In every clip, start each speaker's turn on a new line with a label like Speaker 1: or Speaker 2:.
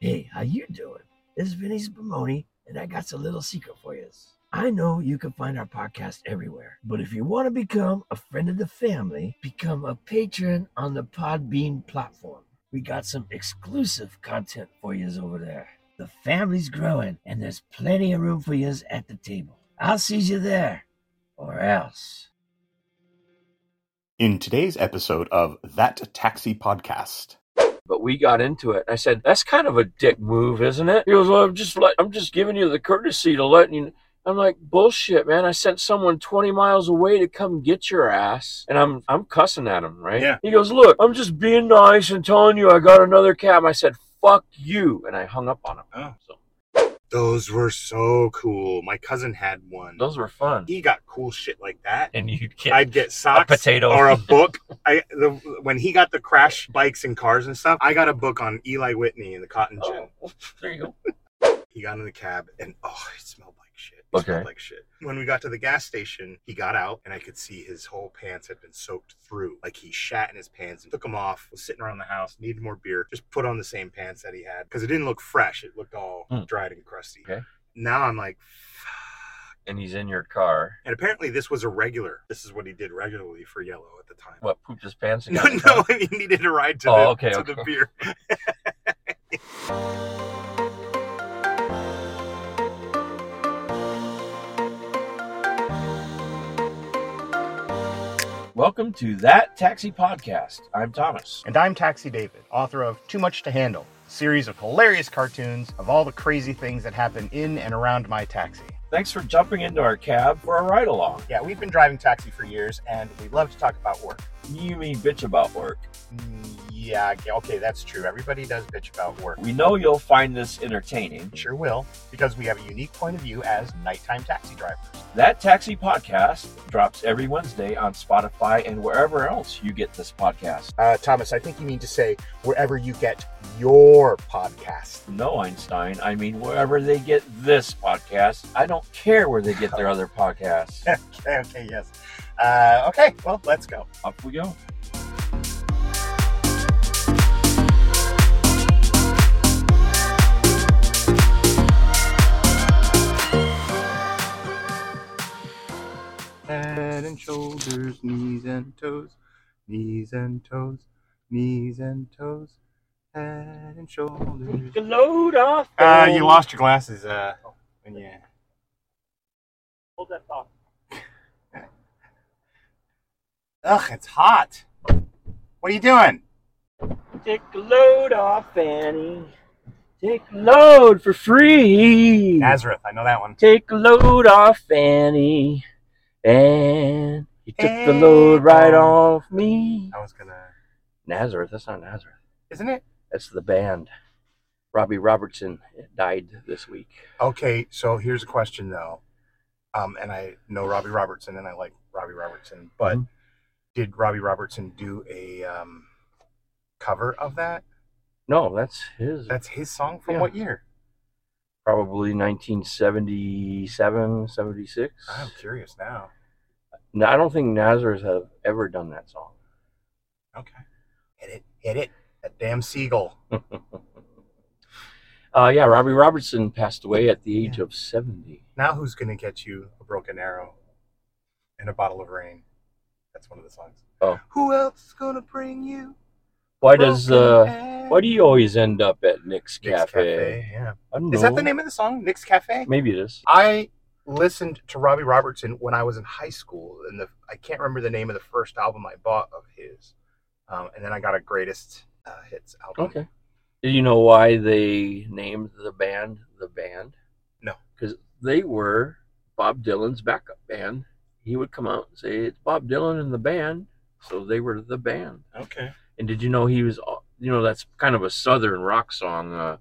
Speaker 1: Hey, how you doing? This is Vinny's Bimoni, and I got a little secret for you. I know you can find our podcast everywhere, but if you want to become a friend of the family, become a patron on the Podbean platform. We got some exclusive content for yous over there. The family's growing, and there's plenty of room for yous at the table. I'll see you there, or else.
Speaker 2: In today's episode of That Taxi Podcast,
Speaker 3: but we got into it. I said, "That's kind of a dick move, isn't it?" He goes, "Well, I'm just let, I'm just giving you the courtesy to let you." I'm like, "Bullshit, man! I sent someone 20 miles away to come get your ass, and I'm I'm cussing at him, right?"
Speaker 2: Yeah.
Speaker 3: He goes, "Look, I'm just being nice and telling you I got another cab." I said, "Fuck you," and I hung up on him.
Speaker 2: Oh.
Speaker 3: So
Speaker 2: those were so cool. My cousin had one.
Speaker 3: those were fun.
Speaker 2: He got cool shit like that.
Speaker 3: And you
Speaker 2: E I'd get socks
Speaker 3: potato.
Speaker 2: or a book. I the, when he got the crash bikes and cars and stuff, I got a book on Eli Whitney and the cotton gin.
Speaker 3: Oh, there you go.
Speaker 2: He got in the cab and oh, it smelled like shit. It
Speaker 3: Okay.
Speaker 2: smelled like shit. When we got to the gas station, he got out and I could see his whole pants had been soaked through. Like he shat in his pants and took them off, was sitting around the house, needed more beer, just put on the same pants that he had because it didn't look fresh. It looked all
Speaker 3: Hmm.
Speaker 2: dried and crusty.
Speaker 3: Okay.
Speaker 2: Now I'm like, "Fuck."
Speaker 3: And he's in your car.
Speaker 2: and apparently this was a regular. This is what he did regularly for Yellow at the time.
Speaker 3: What pooped his pants? and
Speaker 2: No,
Speaker 3: got in the
Speaker 2: no,
Speaker 3: car?
Speaker 2: he needed a ride to,
Speaker 3: Oh,
Speaker 2: the,
Speaker 3: okay,
Speaker 2: to
Speaker 3: okay.
Speaker 2: the beer.
Speaker 3: Welcome to that taxi podcast. I'm Thomas.
Speaker 4: And I'm Taxi David, author of Too Much to Handle, a series of hilarious cartoons of all the crazy things that happen in and around my taxi.
Speaker 3: Thanks for jumping into our cab for a ride along.
Speaker 4: Yeah, we've been driving taxi for years and we love to talk about work.
Speaker 3: You mean bitch about work.
Speaker 4: Mm, Yeah, okay- okay, that's true. Everybody does bitch about work.
Speaker 3: We know you'll find this entertaining.
Speaker 4: Sure will, because we have a unique point of view as nighttime taxi drivers.
Speaker 3: That Taxi Podcast drops every Wednesday on Spotify and wherever else you get this podcast.
Speaker 4: Uh, Thomas, I think you mean to say wherever you get your podcast.
Speaker 3: No, Einstein, I mean wherever they get this podcast. I don't care where they get their other podcasts.
Speaker 4: Okay, okay, yes. Uh, okay, well, let's go.
Speaker 3: Up we go.
Speaker 2: Head and shoulders, knees and toes, knees and toes, knees and toes, head and shoulders.
Speaker 3: Load off.
Speaker 2: Uh, you lost your glasses. Uh, when you
Speaker 3: Hold that thought.
Speaker 4: Ugh, it's hot. What are you doing?
Speaker 3: Take a load off, Fanny. Take a load for free.
Speaker 4: Nazareth, I know that one.
Speaker 3: Take a load off Fanny, and you took the load
Speaker 4: And-
Speaker 3: right off me.
Speaker 4: I was gonna.
Speaker 3: Nazareth, that's not Nazareth.
Speaker 4: Isn't it?
Speaker 3: That's the band. Robbie Robertson died this week.
Speaker 4: Okay, so here's a question though. Um, and I know Robbie Robertson and I like Robbie Robertson, but
Speaker 2: Mm-hmm.
Speaker 3: Mhm.
Speaker 4: did Robbie Robertson do a um, cover of that?
Speaker 3: No, that's his.
Speaker 4: That's his song from
Speaker 3: Yeah.
Speaker 4: what year?
Speaker 3: probably 1977, 76.
Speaker 4: I'm curious now.
Speaker 3: No, I don't think Nazareth have ever done that song.
Speaker 4: Okay. Hit it, hit it. That damn seagull.
Speaker 3: Uh, yeah, Robbie Robertson passed away at the age
Speaker 4: Yeah.
Speaker 3: of 70.
Speaker 4: Now who's gonna get you a broken arrow and a bottle of rain? That's one of the songs.
Speaker 3: Oh.
Speaker 4: Who else is gonna bring you?
Speaker 3: Why does
Speaker 4: broken
Speaker 3: uh, why do you always end up at Nick's
Speaker 4: Nick's
Speaker 3: Cafe?
Speaker 4: Cafe? Yeah.
Speaker 3: I don't
Speaker 4: Is
Speaker 3: know.
Speaker 4: that the name of the song? Nick's Cafe?
Speaker 3: Maybe it is.
Speaker 4: I listened to Robbie Robertson when I was in high school, and the I can't remember the name of the first album I bought of his, um, and then I got a greatest uh, hits album.
Speaker 3: Okay. Do you know why they named the band the band?
Speaker 4: No.
Speaker 3: Because they were Bob Dylan's backup band. He would come out and say, It's Bob Dylan and the band. So they were the band.
Speaker 2: Okay.
Speaker 3: And did you know he was, you know, that's kind of a southern rock song. Uh,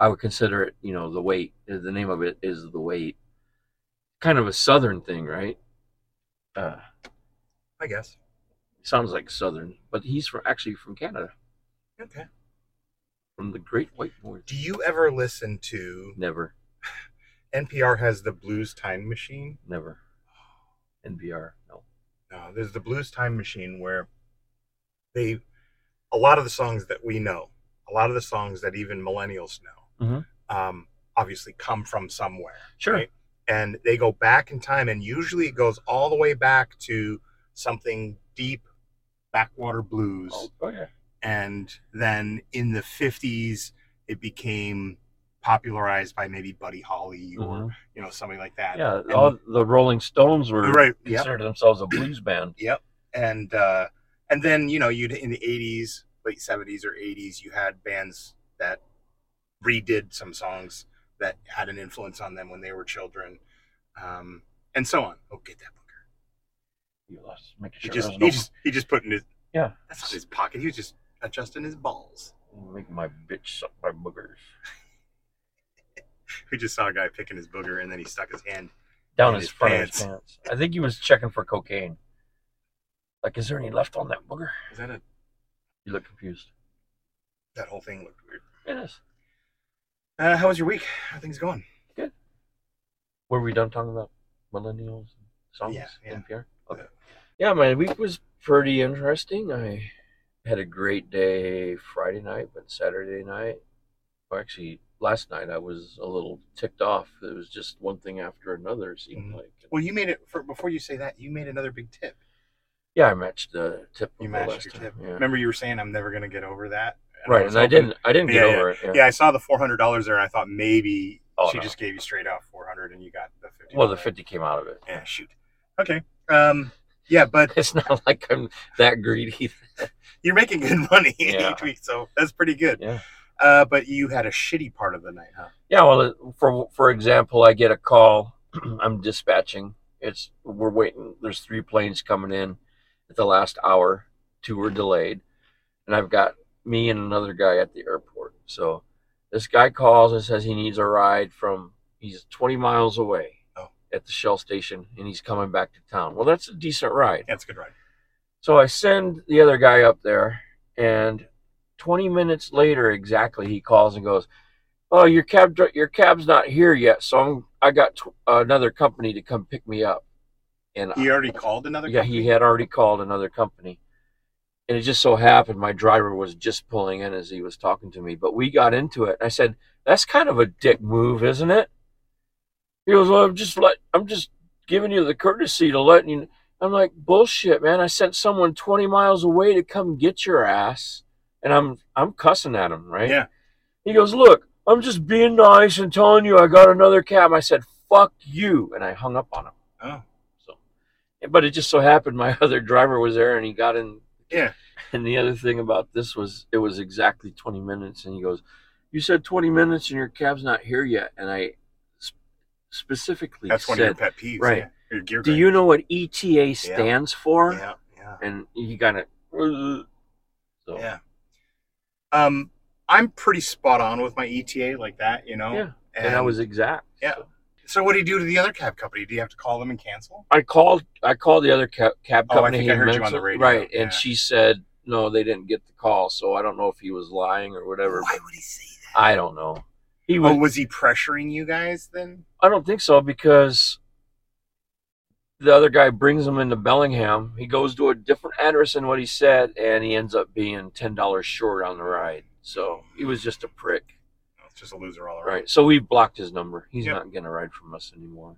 Speaker 3: I would consider it, you know, The Wait. The name of it is The Wait. Kind of a southern thing, right? Uh,
Speaker 4: I guess.
Speaker 3: sounds like southern, but he's from, actually from Canada,
Speaker 4: Okay.
Speaker 3: from the Great White North.
Speaker 4: Do you ever listen to
Speaker 3: Never.
Speaker 4: NPR has the Blues Time Machine?
Speaker 3: Never. NPR. No.
Speaker 2: Uh,
Speaker 4: No, there's the Blues Time Machine where they a lot of the songs that we know,
Speaker 2: a lot of the songs that even millennials know
Speaker 3: Mhm.
Speaker 2: um, obviously come from somewhere.
Speaker 3: Sure.
Speaker 2: right? And they go back in time, and usually it goes all the way back to something deep, backwater blues.
Speaker 3: Oh, oh, yeah.
Speaker 2: And then in the 50s, it became popularized by maybe Buddy Holly or,
Speaker 3: Mhm.
Speaker 2: you know, something like that.
Speaker 3: Yeah,
Speaker 2: And-
Speaker 3: all the Rolling Stones were
Speaker 2: Right. Yeah.
Speaker 3: considered themselves a blues band.
Speaker 2: Yep. And uh, and then you know you'd in the '80s, late '70s or '80s, you had bands that redid some songs that had an influence on them when they were children, um, and so on. Oh, get that booker!
Speaker 3: You lost, making
Speaker 2: He
Speaker 3: sure
Speaker 2: just
Speaker 3: there
Speaker 2: he
Speaker 3: was
Speaker 2: just he just put in his
Speaker 3: Yeah.
Speaker 2: That's not his pocket. He was just adjusting his balls.
Speaker 3: no, making my bitch suck my boogers
Speaker 2: We just saw a guy picking his booger, and then he stuck his hand.
Speaker 3: down
Speaker 2: In
Speaker 3: his,
Speaker 2: his
Speaker 3: front of his pants. I think he was checking for cocaine. Like, is there any left on that booger?
Speaker 2: Is that a
Speaker 3: You look confused.
Speaker 2: that whole thing looked weird?
Speaker 3: It is.
Speaker 2: Uh, how was your week? How are things going?
Speaker 3: Were we done talking about millennials and songs?
Speaker 2: Yeah, yeah.
Speaker 3: NPR? Okay. Yeah, my week was pretty interesting. I had a great day Friday night, but Saturday night, or actually last night, I was a little ticked off. It was just one thing after another, it seemed
Speaker 2: Mhm.
Speaker 3: like.
Speaker 2: Well, you made it for before you say that. You made another big tip.
Speaker 3: Yeah, I matched the tip.
Speaker 2: You
Speaker 3: of the
Speaker 2: matched
Speaker 3: last
Speaker 2: your
Speaker 3: time,
Speaker 2: tip.
Speaker 3: Yeah.
Speaker 2: Remember, you were saying I'm never gonna get over that.
Speaker 3: right,
Speaker 2: was
Speaker 3: and I
Speaker 2: hoping-
Speaker 3: didn't. I didn't get
Speaker 2: Yeah, yeah.
Speaker 3: over it. Yeah.
Speaker 2: Yeah, I saw the four hundred dollars there. I thought maybe
Speaker 3: Oh,
Speaker 2: she
Speaker 3: no.
Speaker 2: just gave you straight off four hundred, and you got the fifty.
Speaker 3: Well, the fifty came out of it.
Speaker 2: Yeah, shoot. Okay. Um. Yeah, but
Speaker 3: It's not like I'm that greedy.
Speaker 2: you're making good money
Speaker 3: Yeah.
Speaker 2: each week, so that's pretty good.
Speaker 3: Yeah.
Speaker 2: Uh, but you had a shitty part of the night, huh?
Speaker 3: Yeah, well, for for example, I get a call. I'm dispatching. It's we're waiting. There's three planes coming in at the last hour. Two were delayed, and I've got me and another guy at the airport. So this guy calls and says he needs a ride from. He's 20 miles away
Speaker 2: Oh.
Speaker 3: at the Shell station, and he's coming back to town. Well, that's a decent ride.
Speaker 2: Yeah, it's a good ride.
Speaker 3: So I send the other guy up there, and 20 minutes later, exactly, he calls and goes, "Oh, your cab, dri- your cab's not here yet, so I'm, I got tw- another company to come pick me up." And
Speaker 2: He already called another.
Speaker 3: Uh, yeah, he had already called another company, and it just so happened my driver was just pulling in as he was talking to me. But we got into it, and I said, "That's kind of a dick move, isn't it?" He goes, "Well, I'm just let, I'm just giving you the courtesy to let you." I'm like, "Bullshit, man! I sent someone 20 miles away to come get your ass," and I'm I'm cussing at him, right?
Speaker 2: Yeah.
Speaker 3: He goes, "Look, I'm just being nice and telling you I got another cab." I said, "Fuck you," and I hung up on him.
Speaker 2: Oh.
Speaker 3: So, but it just so happened my other driver was there and he got in.
Speaker 2: Yeah.
Speaker 3: And the other thing about this was it was exactly 20 minutes, and he goes, "You said 20 minutes, and your cab's not here yet." And I sp- specifically
Speaker 2: That's one of your
Speaker 3: said,
Speaker 2: pet peeves,
Speaker 3: right.
Speaker 2: Yeah. Your gear
Speaker 3: "Do
Speaker 2: grinder.
Speaker 3: you know what ETA stands for?"
Speaker 2: Yeah. Yeah.
Speaker 3: And he kind of, so
Speaker 2: Yeah. Um, I'm pretty spot on with my ETA like that, you know.
Speaker 3: Yeah. and, I was exact.
Speaker 2: Yeah.
Speaker 3: so.
Speaker 2: So what do you do to the other cab company? Do you have to call them and cancel?
Speaker 3: I called. I called the other cab, cab
Speaker 2: Oh, I
Speaker 3: company.
Speaker 2: think I
Speaker 3: he
Speaker 2: heard you on
Speaker 3: mentioned-
Speaker 2: the radio,
Speaker 3: Right,
Speaker 2: yeah.
Speaker 3: and she said no, they didn't get the call. So I don't know if he was lying or whatever.
Speaker 2: Why would he say that?
Speaker 3: I don't know. He
Speaker 2: Oh,
Speaker 3: was.
Speaker 2: was he pressuring you guys then?
Speaker 3: I don't think so because the other guy brings him into Bellingham. He goes to a different address than what he said, and he ends up being ten dollars short on the ride. So he was just a prick,
Speaker 2: No, it's just a loser all around.
Speaker 3: right? So we blocked his number. He's
Speaker 2: Yep.
Speaker 3: not gonna ride from us anymore.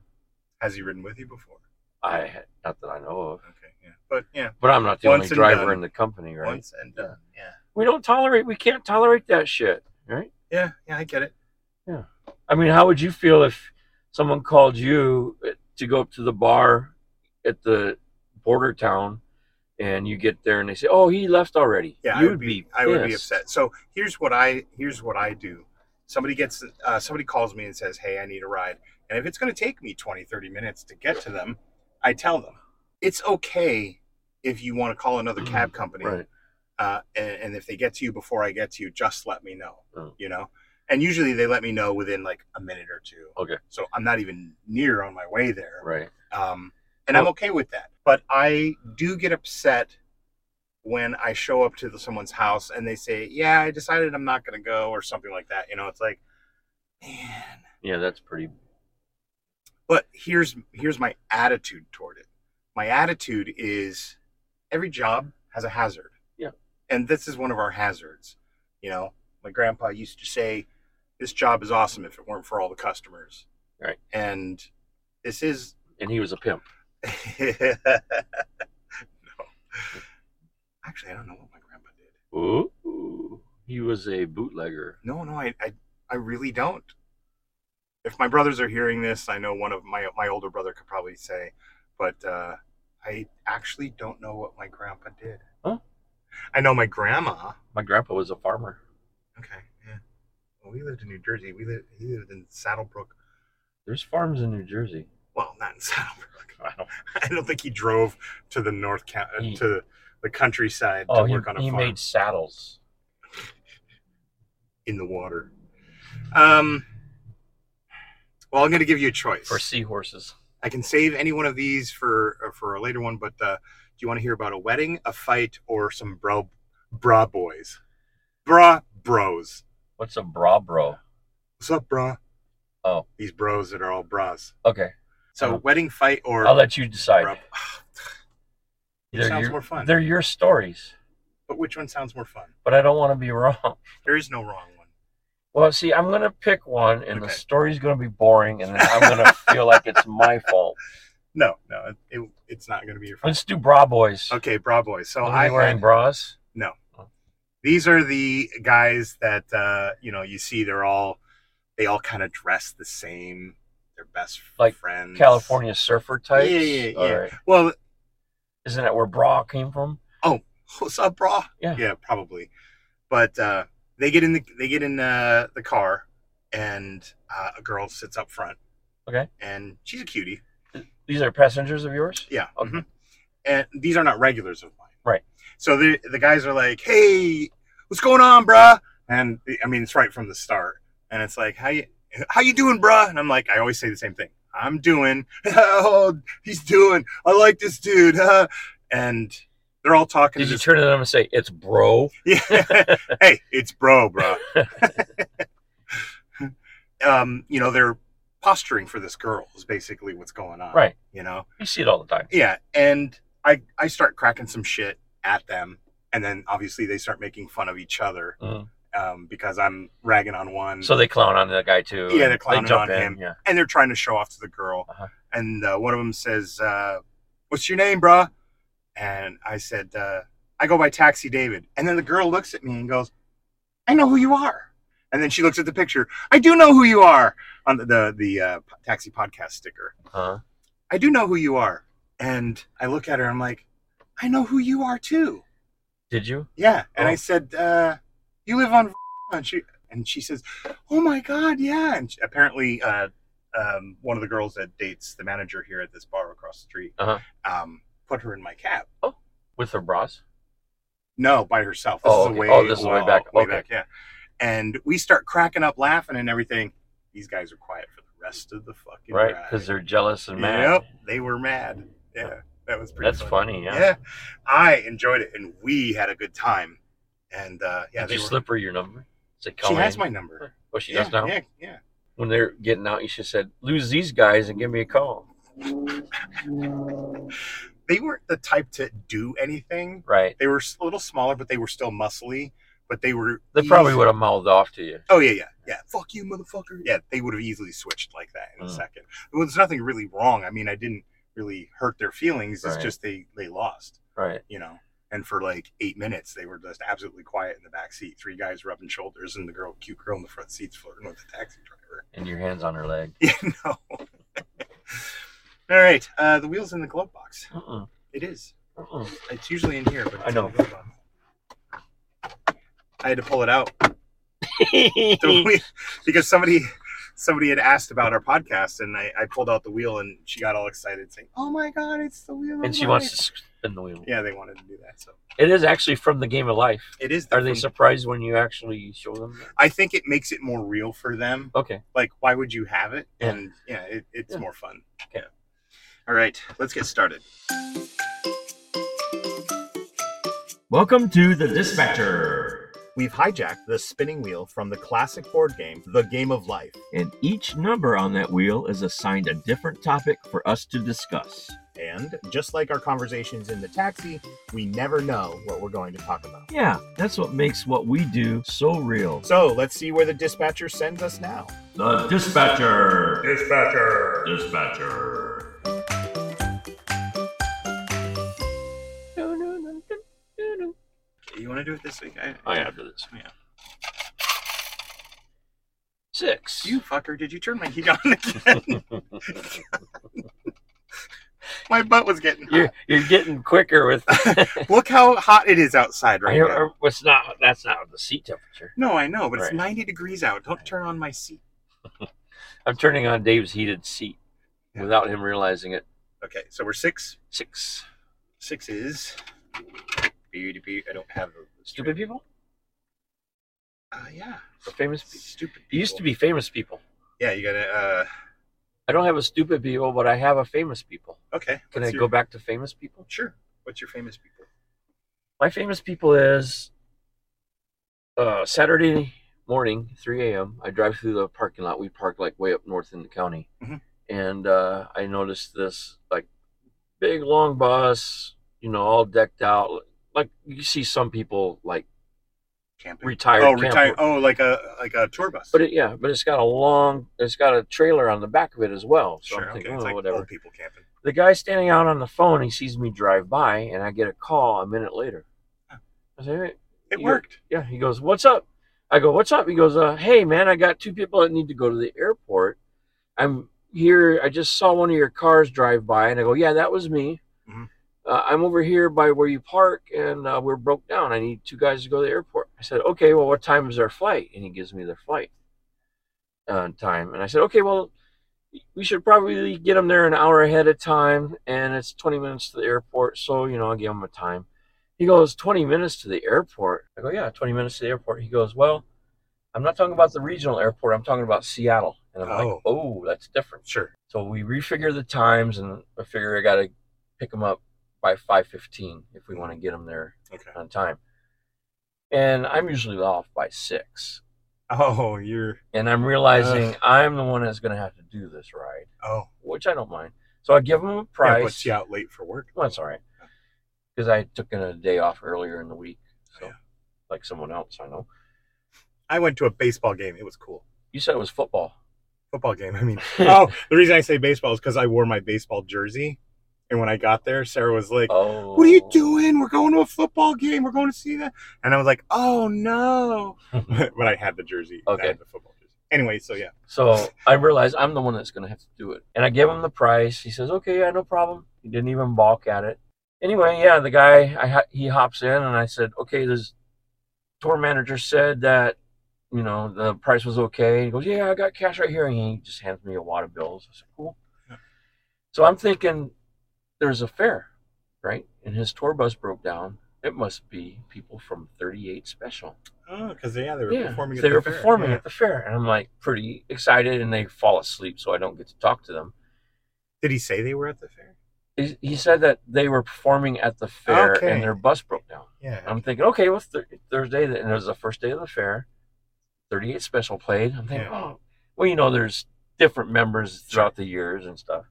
Speaker 2: Has he ridden with you before?
Speaker 3: I had- not that I know of,
Speaker 2: Okay, yeah. But yeah,
Speaker 3: but I'm not the
Speaker 2: Once
Speaker 3: only
Speaker 2: and
Speaker 3: driver
Speaker 2: done.
Speaker 3: in the company, right?
Speaker 2: once and done. Yeah.
Speaker 3: We don't tolerate. We can't tolerate that shit, right?
Speaker 2: Yeah, yeah, I get it.
Speaker 3: I mean, how would you feel if someone called you uh, to go up to the bar at the border town and you get there and they say, "Oh, he left already."
Speaker 2: Yeah,
Speaker 3: you
Speaker 2: I would be, I would be upset. So here's what I here's what I do. Somebody gets uh, somebody calls me and says, "Hey, I need a ride." And if it's going to take me 20, 30 minutes to get to them, I tell them, "It's okay if you want to call another cab company."
Speaker 3: Mm, Right.
Speaker 2: uh, and, and if they get to you before I get to you, just let me know.
Speaker 3: Mm.
Speaker 2: You know, and usually they let me know within like a minute or two.
Speaker 3: Okay.
Speaker 2: So I'm not even near on my way there,
Speaker 3: Right.
Speaker 2: um, and I'm
Speaker 3: Well-
Speaker 2: okay with that. But I do get upset when I show up to the, someone's house and they say, "Yeah, I decided I'm not going to go" or something like that. You know, it's like, man.
Speaker 3: Yeah, that's pretty.
Speaker 2: But here's here's my attitude toward it. My attitude is every job has a hazard.
Speaker 3: Yeah.
Speaker 2: And this is one of our hazards. You know, my grandpa used to say, "This job is awesome if it weren't for all the customers."
Speaker 3: Right.
Speaker 2: And this is
Speaker 3: and he was a pimp.
Speaker 2: no. Actually, I don't know what my grandpa did.
Speaker 3: Ooh, he was a bootlegger.
Speaker 2: No, no, I, I, I really don't. If my brothers are hearing this, I know one of my my older brother could probably say, but uh, I actually don't know what my grandpa did.
Speaker 3: Huh?
Speaker 2: I know my grandma.
Speaker 3: My grandpa was a farmer.
Speaker 2: Okay, yeah. Well, we lived in New Jersey. We lived he lived in Saddlebrook.
Speaker 3: There's farms in New Jersey.
Speaker 2: Well, not in Saddlebrook.
Speaker 3: I don't-
Speaker 2: I don't think he drove to the North County
Speaker 3: He-
Speaker 2: to the countryside
Speaker 3: Mm. Oh,
Speaker 2: to
Speaker 3: he,
Speaker 2: work on a
Speaker 3: he
Speaker 2: farm
Speaker 3: made saddles.
Speaker 2: in the water. Um. Well, I'm going to give you a choice.
Speaker 3: For seahorses.
Speaker 2: I can save any one of these for uh, for a later one, but uh, do you want to hear about a wedding, a fight, or some bro bra boys, bra bros?
Speaker 3: What's a bra bro?
Speaker 2: What's up, bra?
Speaker 3: Oh.
Speaker 2: these bros that are all bras.
Speaker 3: Okay,
Speaker 2: So
Speaker 3: Uh-huh.
Speaker 2: wedding, fight, or
Speaker 3: I'll let you decide.
Speaker 2: bra- It
Speaker 3: They're
Speaker 2: sounds
Speaker 3: your-
Speaker 2: more fun.
Speaker 3: They're your stories,
Speaker 2: But which one sounds more fun?
Speaker 3: but I don't want to be wrong.
Speaker 2: There is no wrong one.
Speaker 3: Well, see, I'm gonna pick one, and
Speaker 2: Okay.
Speaker 3: the story's gonna be boring, and then I'm gonna feel like it's my fault.
Speaker 2: No, no, it, it, it's not going to be your fun.
Speaker 3: Let's do bra boys.
Speaker 2: Okay, bra boys. So
Speaker 3: Are
Speaker 2: I
Speaker 3: they wearing
Speaker 2: had-
Speaker 3: bras.
Speaker 2: these are the guys that uh, you know you see. They're all they all kind of dress the same. They're best
Speaker 3: Like
Speaker 2: friends.
Speaker 3: California surfer types.
Speaker 2: Yeah, yeah,
Speaker 3: All
Speaker 2: yeah.
Speaker 3: right.
Speaker 2: Well,
Speaker 3: Isn't that where bra came from?
Speaker 2: what's up, bro?
Speaker 3: Yeah.
Speaker 2: yeah, probably. But uh, they get in the they get in uh, the car, and uh, a girl sits up front.
Speaker 3: Okay.
Speaker 2: and she's a cutie.
Speaker 3: These are passengers of yours.
Speaker 2: Yeah.
Speaker 3: Okay.
Speaker 2: mhm. And these are not regulars of mine.
Speaker 3: Right.
Speaker 2: So the the guys are like, "Hey, what's going on, bruh?" And I mean, it's right from the start, and it's like, "How you how you doing, bruh?" And I'm like, I always say the same thing. I'm doing. oh, he's doing. I like this dude. huh?" and they're all talking.
Speaker 3: Did
Speaker 2: to
Speaker 3: you
Speaker 2: this-
Speaker 3: turn to them and say it's bro?
Speaker 2: yeah. hey, it's bro, bro. um, you know, they're posturing for this girl is basically what's going on.
Speaker 3: Right.
Speaker 2: You know?
Speaker 3: You see it all the time.
Speaker 2: Yeah. And I I start cracking some shit at them. And then obviously they start making fun of each other
Speaker 3: Mhm.
Speaker 2: um, because I'm ragging on one.
Speaker 3: So they clown on the guy too.
Speaker 2: Yeah,
Speaker 3: and
Speaker 2: they're clowning
Speaker 3: jump
Speaker 2: on
Speaker 3: in,
Speaker 2: him.
Speaker 3: Yeah.
Speaker 2: and they're trying to show off to the girl.
Speaker 3: Uh-huh.
Speaker 2: And uh, one of them says, uh, "What's your name, bruh?" And I said, uh, "I go by Taxi David." And then the girl looks at me and goes, "I know who you are." And then she looks at the picture. I do know who you are on the the, the uh, p- taxi podcast sticker.
Speaker 3: Huh?
Speaker 2: I do know who you are. And I look at her. I'm like, "I know who you are too."
Speaker 3: Did you?
Speaker 2: Yeah. And I
Speaker 3: Oh.
Speaker 2: said, uh, "You live on." And she and she says, "Oh my God, yeah." And she, apparently, uh, um, one of the girls that dates the manager here at this bar across the street
Speaker 3: Uh-huh.
Speaker 2: um, put her in my cab.
Speaker 3: With their bras?
Speaker 2: No, by herself. This
Speaker 3: Oh,
Speaker 2: is a
Speaker 3: okay.
Speaker 2: way.
Speaker 3: Oh, this is way
Speaker 2: well,
Speaker 3: back.
Speaker 2: Way
Speaker 3: Okay.
Speaker 2: back. Yeah. And we start cracking up, laughing, and everything. These guys are quiet for the rest of the fucking
Speaker 3: Right?
Speaker 2: ride.
Speaker 3: Because they're jealous and mad.
Speaker 2: Yep, they were mad. Yeah, that was pretty.
Speaker 3: That's
Speaker 2: funny.
Speaker 3: funny. Yeah.
Speaker 2: Yeah, I enjoyed it, and we had a good time. And uh, yeah,
Speaker 3: Did
Speaker 2: they
Speaker 3: you
Speaker 2: were-
Speaker 3: slip her your number? Say,
Speaker 2: She
Speaker 3: Colleen.
Speaker 2: has my number.
Speaker 3: Oh, she
Speaker 2: yeah,
Speaker 3: does now.
Speaker 2: Yeah, yeah.
Speaker 3: When they're getting out, you should have said, "Lose these guys and give me a call."
Speaker 2: They weren't the type to do anything.
Speaker 3: Right?
Speaker 2: They were s- a little smaller, but they were still muscly. But they were.
Speaker 3: They probably
Speaker 2: easy-
Speaker 3: would have mouthed off to you.
Speaker 2: Oh yeah, yeah, yeah. Fuck you, motherfucker. Yeah, they would have easily switched like that in a
Speaker 3: Mm.
Speaker 2: second. Well, there's nothing really wrong. I mean, I didn't really hurt their feelings. It's
Speaker 3: Right.
Speaker 2: just they they lost,
Speaker 3: Right?
Speaker 2: you know. And for like eight minutes, they were just absolutely quiet in the back seat. Three guys rubbing shoulders, and the girl, cute girl in the front seats, flirting with the taxi driver.
Speaker 3: And your hands on her leg.
Speaker 2: You know. All right, uh, the wheels in the glove box.
Speaker 3: Mm-mm,
Speaker 2: It is.
Speaker 3: mm-mm.
Speaker 2: It's usually in here, but it's
Speaker 3: I know.
Speaker 2: in the glove box. I had to pull it out The wheel- because somebody somebody had asked about our podcast, and I, I pulled out the wheel, and she got all excited, saying, "Oh my god, it's the wheel!" of
Speaker 3: and she
Speaker 2: life."
Speaker 3: wants to spin the wheel.
Speaker 2: Yeah, they wanted to do that, so
Speaker 3: It is actually from the game of life.
Speaker 2: it is. The
Speaker 3: Are they surprised when you actually show them? that?
Speaker 2: I think it makes it more real for them.
Speaker 3: Okay.
Speaker 2: Like, why would you have it?
Speaker 3: Yeah.
Speaker 2: And yeah, it, it's
Speaker 3: Yeah.
Speaker 2: more fun.
Speaker 3: Okay.
Speaker 2: Yeah. All right, let's get started.
Speaker 5: Welcome to the Dispatcher.
Speaker 2: We've hijacked the spinning wheel from the classic board game, The Game of Life.
Speaker 5: and each number on that wheel is assigned a different topic for us to discuss.
Speaker 6: And just like our conversations in the taxi, we never know what we're going to talk about.
Speaker 1: Yeah, that's what makes what we do so real.
Speaker 6: So let's see where the dispatcher sends us now.
Speaker 7: The dispatcher.
Speaker 4: Dispatcher.
Speaker 7: Dispatcher.
Speaker 2: You want to do it this week? I,
Speaker 3: I have to this.
Speaker 2: Yeah.
Speaker 3: Six.
Speaker 2: You fucker! Did you turn my heat on again? my butt was getting hot.
Speaker 3: You're, you're getting quicker with.
Speaker 2: Look how hot it is outside right
Speaker 3: I-
Speaker 2: now.
Speaker 3: I- What's not? That's not the seat temperature.
Speaker 2: No, I know, but it's
Speaker 3: Right.
Speaker 2: 90 degrees out. Don't turn on my seat.
Speaker 3: I'm turning on Dave's heated seat
Speaker 2: Yeah.
Speaker 3: without him realizing it.
Speaker 2: Okay, so we're six.
Speaker 3: Six.
Speaker 2: Six is. Beauty, beauty. I don't have a.
Speaker 3: Stupid people.
Speaker 2: Uh, yeah.
Speaker 3: Or famous. People.
Speaker 2: Stupid.
Speaker 3: It used to be famous people.
Speaker 2: Yeah, you gotta. Uh,
Speaker 3: I don't have a stupid people, but I have a famous people.
Speaker 2: okay.
Speaker 3: Can
Speaker 2: what's
Speaker 3: I
Speaker 2: your-
Speaker 3: go back to famous people?
Speaker 2: Sure. What's your famous people?
Speaker 3: My famous people is uh, Saturday morning, 3 a.m. I drive through the parking lot. We park like way up north in the county,
Speaker 2: Mhm.
Speaker 3: and uh, I noticed this like big long bus, you know, all decked out. Like you see some people like
Speaker 2: Camping.
Speaker 3: retired.
Speaker 2: oh,
Speaker 3: camper.
Speaker 2: retired. Oh, like a like a tour bus.
Speaker 3: But it, yeah, but it's got a long, it's got a trailer on the back of it as well. So I'm
Speaker 2: sure. Okay.
Speaker 3: thinking,
Speaker 2: It's
Speaker 3: oh,
Speaker 2: like
Speaker 3: whatever.
Speaker 2: old people camping.
Speaker 3: the guy standing out on the phone, he sees me drive by, and I get a call a minute later. I say, "Hey,
Speaker 2: It
Speaker 3: You-
Speaker 2: worked.
Speaker 3: yeah, he goes, "What's up?" I go, "What's up?" He goes, uh, "Hey, man, I got two people that need to go to the airport. I'm here. I just saw one of your cars drive by, and I go, "Yeah, that was me.
Speaker 2: Mhm.
Speaker 3: Uh, I'm over here by where you park, and uh, we're broke down. I need two guys to go to the airport." I said, "Okay, well, what time is their flight?" And he gives me their flight uh, time, and I said, "Okay, well." We should probably get them there an hour ahead of time, and it's 20 minutes to the airport, so you know I'll give them a time. He goes, 20 minutes to the airport. I go, yeah, 20 minutes to the airport. He goes, well, I'm not talking about the regional airport. I'm talking about Seattle. And I'm like,
Speaker 2: Oh.
Speaker 3: oh, that's different.
Speaker 2: Sure.
Speaker 3: So we refigure the times, and I figure I got to pick them up by 5.15 if we want to get them there
Speaker 2: Okay.
Speaker 3: on time. And I'm usually off by 6.
Speaker 2: Oh, you're.
Speaker 3: And I'm realizing I'm the one that's going to have to do this ride,
Speaker 2: Oh.
Speaker 3: which I don't mind. So I give him a
Speaker 2: Yeah,
Speaker 3: price.
Speaker 2: puts you out late for work.
Speaker 3: Well, that's all right. Because I took in a day off earlier in the week. So,
Speaker 2: Yeah.
Speaker 3: like someone else I know.
Speaker 2: I went to a baseball game. It was cool.
Speaker 3: You said it was football.
Speaker 2: Football game. I mean, oh, the reason I say baseball is because I wore my baseball jersey, and when I got there, Sarah was like,
Speaker 3: Oh.
Speaker 2: "What are you doing? We're going to a football game. We're going to see that." And I was like, "Oh no!" but I had the jersey. I
Speaker 3: Okay.
Speaker 2: had the football jersey. Anyway, so yeah,
Speaker 3: So I realized I'm the one that's going to have to do it. And I gave him the price. He says, okay, yeah, no problem. He didn't even balk at it. Anyway, yeah, the guy, I, ho- he hops in and I said, okay, this tour manager said that, you know, the price was okay. He goes, yeah, I got cash right here. And he just hands me a wad of bills. I said, cool. So I'm thinking there's a fare, right? And his tour bus broke down. It must be people from 38 Special
Speaker 2: oh, because yeah, they were performing. At
Speaker 3: they
Speaker 2: the
Speaker 3: were
Speaker 2: fair.
Speaker 3: performing
Speaker 2: Yeah.
Speaker 3: at the fair, and I'm like pretty excited, and they fall asleep, so I don't get to talk to them.
Speaker 2: Did he say they were at the fair?
Speaker 3: He, he said that they were performing at the fair,
Speaker 2: Okay.
Speaker 3: and their bus broke down.
Speaker 2: Yeah.
Speaker 3: I'm thinking, okay, well, th- Thursday, and it was the first day of the fair. 38 special played. I'm thinking,
Speaker 2: Yeah.
Speaker 3: oh, well, you know, there's different members throughout the years and stuff,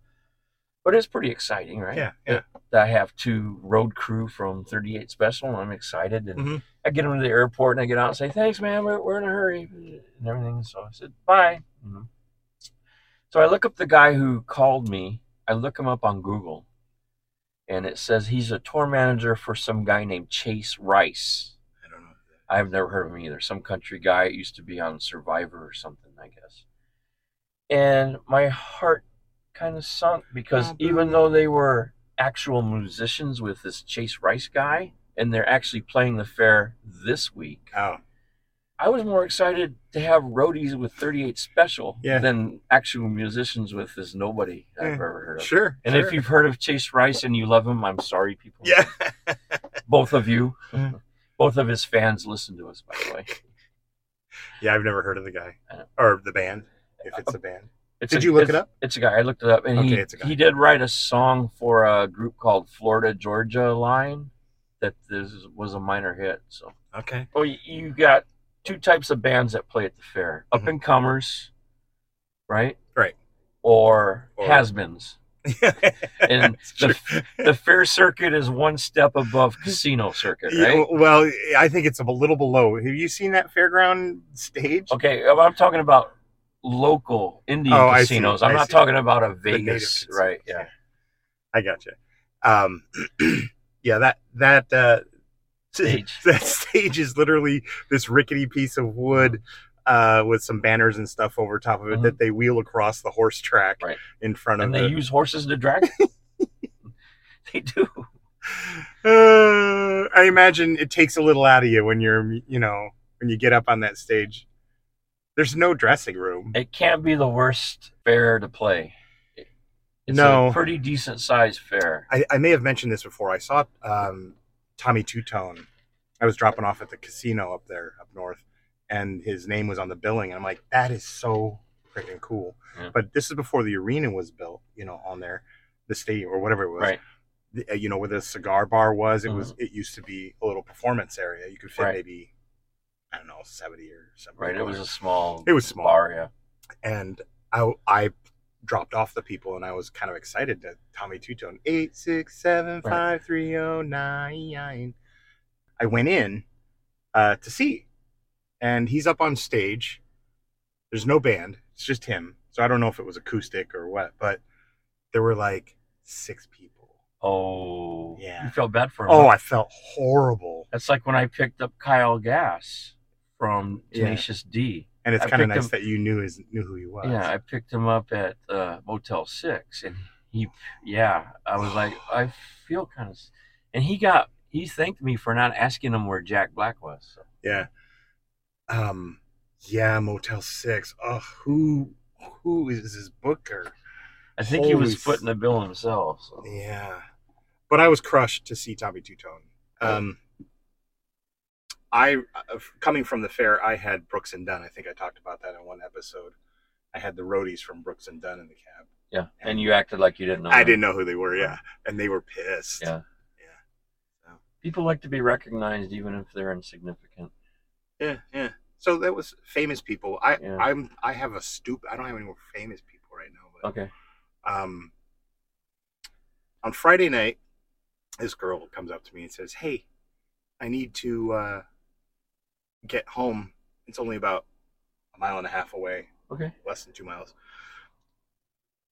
Speaker 3: but it's pretty exciting, right?
Speaker 2: Yeah. Yeah.
Speaker 3: that I have two road crew from 38 Special, and I'm excited. And
Speaker 2: Mhm.
Speaker 3: I get them to the airport, and I get out and say, "Thanks, man. We're, we're in a hurry," and everything. So I said, "Bye." you know. So I look up the guy who called me. I look him up on Google, and it says he's a tour manager for some guy named Chase Rice.
Speaker 2: I don't know.
Speaker 3: I've never heard of him either. Some country guy it used to be on Survivor or something, I guess. And my heart kind of sunk because
Speaker 2: Oh, boo.
Speaker 3: even though they were actual musicians with this Chase Rice guy, and they're actually playing the fair this week,
Speaker 2: Oh,
Speaker 3: I was more excited to have roadies with 38 Special
Speaker 2: Yeah.
Speaker 3: than actual musicians with this nobody I've
Speaker 2: Yeah,
Speaker 3: ever heard of.
Speaker 2: sure.
Speaker 3: And
Speaker 2: sure.
Speaker 3: if you've heard of Chase Rice and you love him, I'm sorry, people.
Speaker 2: yeah,
Speaker 3: Both of you.
Speaker 2: Yeah.
Speaker 3: Both of his fans listen to us, by the way.
Speaker 2: yeah, I've never heard of the guy
Speaker 3: Uh,
Speaker 2: or the band. If it's a band,
Speaker 3: It's
Speaker 2: Did
Speaker 3: a-
Speaker 2: you look it
Speaker 3: it's-
Speaker 2: up?
Speaker 3: It's a guy. I looked it up, and he
Speaker 2: Okay, it's a guy.
Speaker 3: he did write a song for a group called Florida Georgia Line. That this is- was a minor hit. So,
Speaker 2: okay.
Speaker 3: well, you, Oh, you got two types of bands that play at the fair: up and comers, right?
Speaker 2: Mm-hmm. Right.
Speaker 3: Or,
Speaker 2: Or-
Speaker 3: has-beens. And
Speaker 2: It's
Speaker 3: the,
Speaker 2: true.
Speaker 3: the fair circuit is one step above casino circuit,
Speaker 2: Yeah,
Speaker 3: right?
Speaker 2: well, I think it's a little below. Have you seen that fairground stage?
Speaker 3: Okay, well, I'm talking about local Indian
Speaker 2: Oh, I see,
Speaker 3: casinos. I'm
Speaker 2: I
Speaker 3: not
Speaker 2: see.
Speaker 3: talking about a
Speaker 2: The native
Speaker 3: Vegas,
Speaker 2: casinos,
Speaker 3: right? Yeah.
Speaker 2: I gotcha. Um, yeah, that that uh,
Speaker 3: Stage.
Speaker 2: that stage is literally this rickety piece of wood uh, with some banners and stuff over top of it
Speaker 3: Mhm.
Speaker 2: that they wheel across the horse track
Speaker 3: Right.
Speaker 2: in front
Speaker 3: And
Speaker 2: of
Speaker 3: they
Speaker 2: the.
Speaker 3: use horses to drag. it. they do.
Speaker 2: Uh, I imagine it takes a little out of you when you're, you know, when you get up on that stage. There's no dressing room.
Speaker 3: It can't be the worst fair to play. It's
Speaker 2: No.
Speaker 3: a pretty decent sized fair.
Speaker 2: I, I may have mentioned this before. I saw um, Tommy Two Tone. I was dropping off at the casino up there, up north, and his name was on the billing. And I'm like, that is so freaking cool.
Speaker 3: Yeah.
Speaker 2: But this is before the arena was built, you know, on there, the stadium or whatever it was.
Speaker 3: Right.
Speaker 2: The- uh, you know, where the cigar bar was, it was it used to be a little performance area. You could fit
Speaker 3: Mm-hmm. Right.
Speaker 2: maybe, I don't know, seventy or something.
Speaker 3: Right. It was a small
Speaker 2: It was small
Speaker 3: bar, yeah.
Speaker 2: and I, I dropped off the people and I was kind of excited that Tommy Two Tone eight six seven five three oh nine. I went in uh, to see, and he's up on stage. There's no band; it's just him. So I don't know if it was acoustic or what, but there were like six people.
Speaker 3: Oh.
Speaker 2: Yeah.
Speaker 3: You felt bad for him.
Speaker 2: Oh,
Speaker 3: huh?
Speaker 2: I felt horrible,
Speaker 3: That's like when I picked up Kyle Gass from
Speaker 2: Yeah.
Speaker 3: Tenacious D.
Speaker 2: and it's
Speaker 3: I
Speaker 2: kind of
Speaker 3: picked
Speaker 2: nice
Speaker 3: him-
Speaker 2: that you knew his knew who he was.
Speaker 3: Yeah, I picked him up at uh, Motel Six, and he, yeah, I was like, I feel kind of, and he got, he thanked me for not asking him where Jack Black was. So.
Speaker 2: Yeah. Um. Yeah, Motel Six. Oh, who who is this Booker?
Speaker 3: I think he
Speaker 2: Holy
Speaker 3: was
Speaker 2: s-
Speaker 3: footing the bill himself. So.
Speaker 2: Yeah. But I was crushed to see Tommy Two Tone.
Speaker 3: Oh.
Speaker 2: Um. I uh, coming from the fair, I had Brooks and Dunn. I think I talked about that in one episode. I had the roadies from Brooks and Dunn in the cab.
Speaker 3: Yeah, and you acted like you didn't know.
Speaker 2: I
Speaker 3: him.
Speaker 2: didn't know who they were. Yeah, and they were pissed.
Speaker 3: Oh, Yeah. People like to be recognized even if they're insignificant.
Speaker 2: Yeah, yeah. So that was famous people. I
Speaker 3: Yeah.
Speaker 2: I'm I have a stupid. I don't have any more famous people right now. But
Speaker 3: Okay.
Speaker 2: um, on Friday night, this girl comes up to me and says, "Hey, I need to uh, get home. It's only about a mile and a half away,
Speaker 3: Okay.
Speaker 2: less than two miles,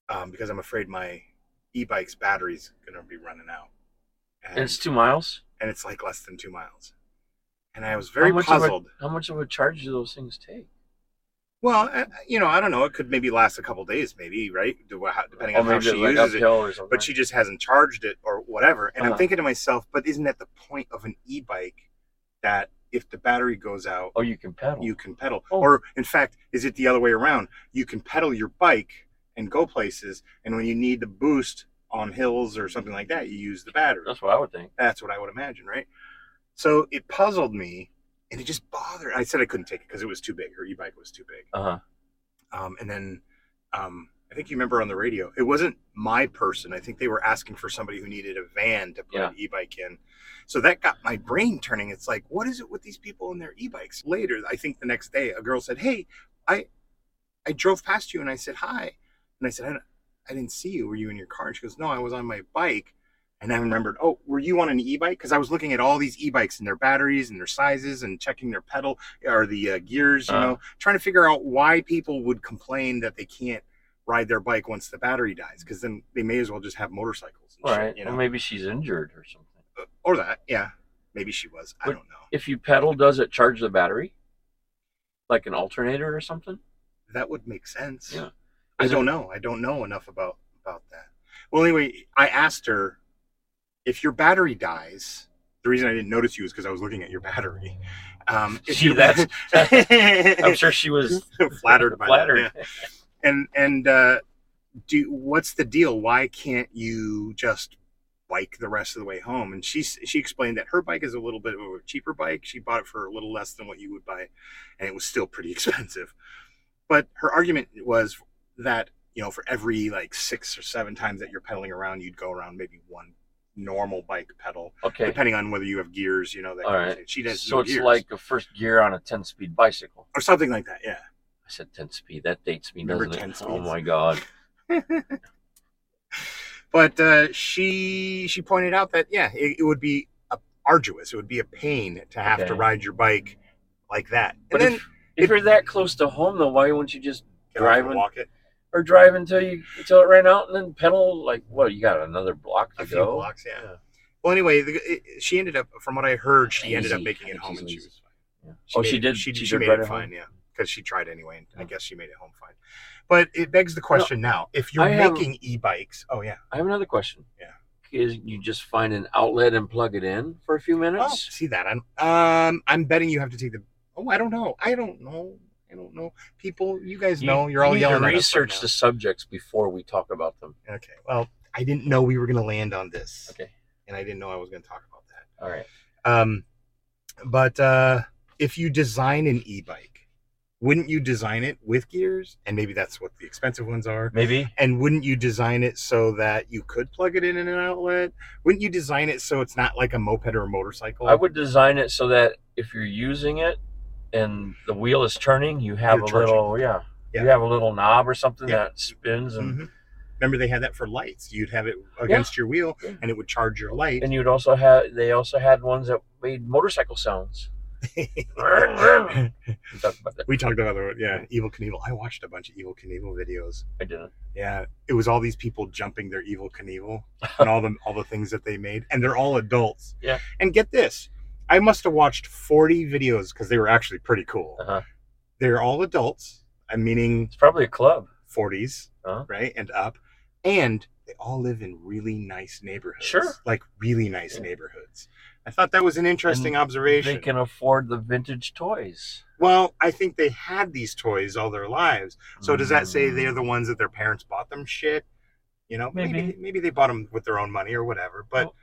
Speaker 2: um, because I'm afraid my e-bike's battery's gonna be running out." And,
Speaker 3: It's two miles.
Speaker 2: and it's like less than two miles. And I was very
Speaker 3: how much
Speaker 2: puzzled.
Speaker 3: Of a, how much of a charge do those things take?
Speaker 2: Well, uh, you know, I don't know. It could maybe last a couple days, maybe, right? Do- how- Depending on how she
Speaker 3: like
Speaker 2: uses it.
Speaker 3: uphill or something.
Speaker 2: But she just hasn't charged it or whatever. And I'm
Speaker 3: Uh-huh.
Speaker 2: thinking to myself, but isn't that the point of an e-bike that if the battery goes out,
Speaker 3: oh, you can pedal.
Speaker 2: you can pedal?
Speaker 3: Oh.
Speaker 2: Or in fact, is it the other way around? You can pedal your bike and go places, and when you need the boost on hills or something like that, you use the battery.
Speaker 3: That's what I would think.
Speaker 2: That's what I would imagine, right? So it puzzled me, and it just bothered. I said I couldn't take it because it was too big. Her e-bike was too big
Speaker 3: Uh huh.
Speaker 2: um, and then um, I think you remember on the radio, it wasn't my person. I think they were asking for somebody who needed a van to put an e-bike in. So that got my brain turning. It's like, what is it with these people and their e-bikes? Later, I think the next day, a girl said, "Hey, I I drove past you and I said hi," and I said, "I, don't- I didn't see you. Were you in your car?" And she goes, "No, I was on my bike." And I remembered, oh, were you on an e-bike? Because I was looking at all these e-bikes and their batteries and their sizes and checking their pedal or the uh, gears, you
Speaker 3: Uh.
Speaker 2: know, trying to figure out why people would complain that they can't ride their bike once the battery dies, because then they may as well just have motorcycles. And
Speaker 3: All
Speaker 2: shit,
Speaker 3: right.
Speaker 2: you
Speaker 3: Well,
Speaker 2: know?
Speaker 3: maybe she's injured or something.
Speaker 2: or that, yeah. Maybe she was. I
Speaker 3: But-
Speaker 2: don't know.
Speaker 3: If you pedal, does it charge the battery? Like an alternator or something?
Speaker 2: That would make sense.
Speaker 3: Yeah.
Speaker 2: I
Speaker 3: Is it-
Speaker 2: don't know. I don't know enough about about that. Well, anyway, I asked her if your battery dies. The reason I didn't notice you is because I was looking at your battery. Um, if
Speaker 3: See,
Speaker 2: your-
Speaker 3: that's- I'm sure she was
Speaker 2: flattered by
Speaker 3: flattered.
Speaker 2: that. yeah. and and uh do what's the deal why can't you just bike the rest of the way home and she s- she explained that her bike is a little bit of a cheaper bike she bought it for a little less than what you would buy and it was still pretty expensive but her argument was that you know for every like six or seven times that you're pedaling around you'd go around maybe one normal bike pedal
Speaker 3: Okay.
Speaker 2: depending on whether you have gears you know that
Speaker 3: All
Speaker 2: kind of
Speaker 3: right.
Speaker 2: thing. she does
Speaker 3: So
Speaker 2: no
Speaker 3: it's
Speaker 2: gears.
Speaker 3: like a first gear on a 10 speed bicycle.
Speaker 2: or something like that yeah
Speaker 3: I said 10 speed. That dates me, Oh
Speaker 2: Remember
Speaker 3: doesn't
Speaker 2: 10
Speaker 3: it? Oh
Speaker 2: speeds?
Speaker 3: my God.
Speaker 2: But uh, she she pointed out that yeah, it, it would be uh arduous. It would be a pain to have
Speaker 3: Okay.
Speaker 2: to ride your bike like that. And
Speaker 3: But
Speaker 2: then
Speaker 3: if, if you're that close to home, though, why wouldn't you just
Speaker 2: Get off and
Speaker 3: driving-
Speaker 2: walk it
Speaker 3: or drive until you until it ran out and then pedal like what? You got another block to
Speaker 2: a few
Speaker 3: go.
Speaker 2: blocks. Yeah. Well, anyway, the, it, she ended up from what I heard, she ended up
Speaker 3: Lazy.
Speaker 2: making it
Speaker 3: I think
Speaker 2: home,
Speaker 3: she's
Speaker 2: and she
Speaker 3: lazy.
Speaker 2: was
Speaker 3: Yeah.
Speaker 2: She
Speaker 3: oh,
Speaker 2: made
Speaker 3: she
Speaker 2: it-
Speaker 3: did.
Speaker 2: She,
Speaker 3: she,
Speaker 2: she
Speaker 3: did
Speaker 2: made
Speaker 3: right
Speaker 2: it
Speaker 3: at home. Oh.
Speaker 2: fine, yeah, because she tried anyway, and I guess she made it home fine. But it begs the question now: if you're
Speaker 3: I have-
Speaker 2: making e-bikes, oh yeah,
Speaker 3: I have another question.
Speaker 2: Yeah.
Speaker 3: Is you just find an outlet and plug it in for a few
Speaker 2: oh,
Speaker 3: minutes?
Speaker 2: see that? I'm um, I'm betting you have to take the. Oh, I don't know. I don't know. I don't know. People, you guys know. You, are all
Speaker 3: need
Speaker 2: yelling.
Speaker 3: To
Speaker 2: at us right
Speaker 3: research
Speaker 2: now.
Speaker 3: the subjects before we talk about them.
Speaker 2: Okay. Well, I didn't know we were going to land on this,
Speaker 3: Okay.
Speaker 2: and I didn't know I was going to talk about that.
Speaker 3: All right.
Speaker 2: Um, but uh, if you design an e-bike, wouldn't you design it with gears? And maybe that's what the expensive ones are.
Speaker 3: Maybe.
Speaker 2: And wouldn't you design it so that you could plug it in in an outlet? Wouldn't you design it so it's not like a moped or a motorcycle?
Speaker 3: I would design it so that if you're using it and the wheel is turning, you have
Speaker 2: You're
Speaker 3: a
Speaker 2: charging.
Speaker 3: little yeah,
Speaker 2: Yeah.
Speaker 3: You have a little knob or something
Speaker 2: Yeah.
Speaker 3: that spins and
Speaker 2: Mhm. Remember, they had that for lights. You'd have it against your wheel,
Speaker 3: Yeah.
Speaker 2: and it would charge your light.
Speaker 3: and you'd also have they also had ones that made motorcycle sounds. we talked about that.
Speaker 2: we talked about the yeah, Evil Knievel. I watched a bunch of Evil Knievel videos.
Speaker 3: I didn't.
Speaker 2: Yeah, it was all these people jumping their evil Knievel and all the all the things that they made, and they're all adults.
Speaker 3: Yeah.
Speaker 2: And get this, I must have watched forty videos because they were actually pretty cool.
Speaker 3: Uh-huh.
Speaker 2: They're all adults. I'm meaning
Speaker 3: It's probably a club.
Speaker 2: forties,
Speaker 3: Huh?
Speaker 2: right, and up, and they all live in really nice neighborhoods.
Speaker 3: Sure.
Speaker 2: Like really nice
Speaker 3: Yeah.
Speaker 2: neighborhoods. I thought that was an interesting observation.
Speaker 3: They can afford the vintage toys.
Speaker 2: Well, I think they had these toys all their lives. So does that say they're the ones that their parents bought them shit? You know, maybe maybe,
Speaker 3: Mm. Maybe.
Speaker 2: they bought them with their own money or whatever. But
Speaker 3: Well,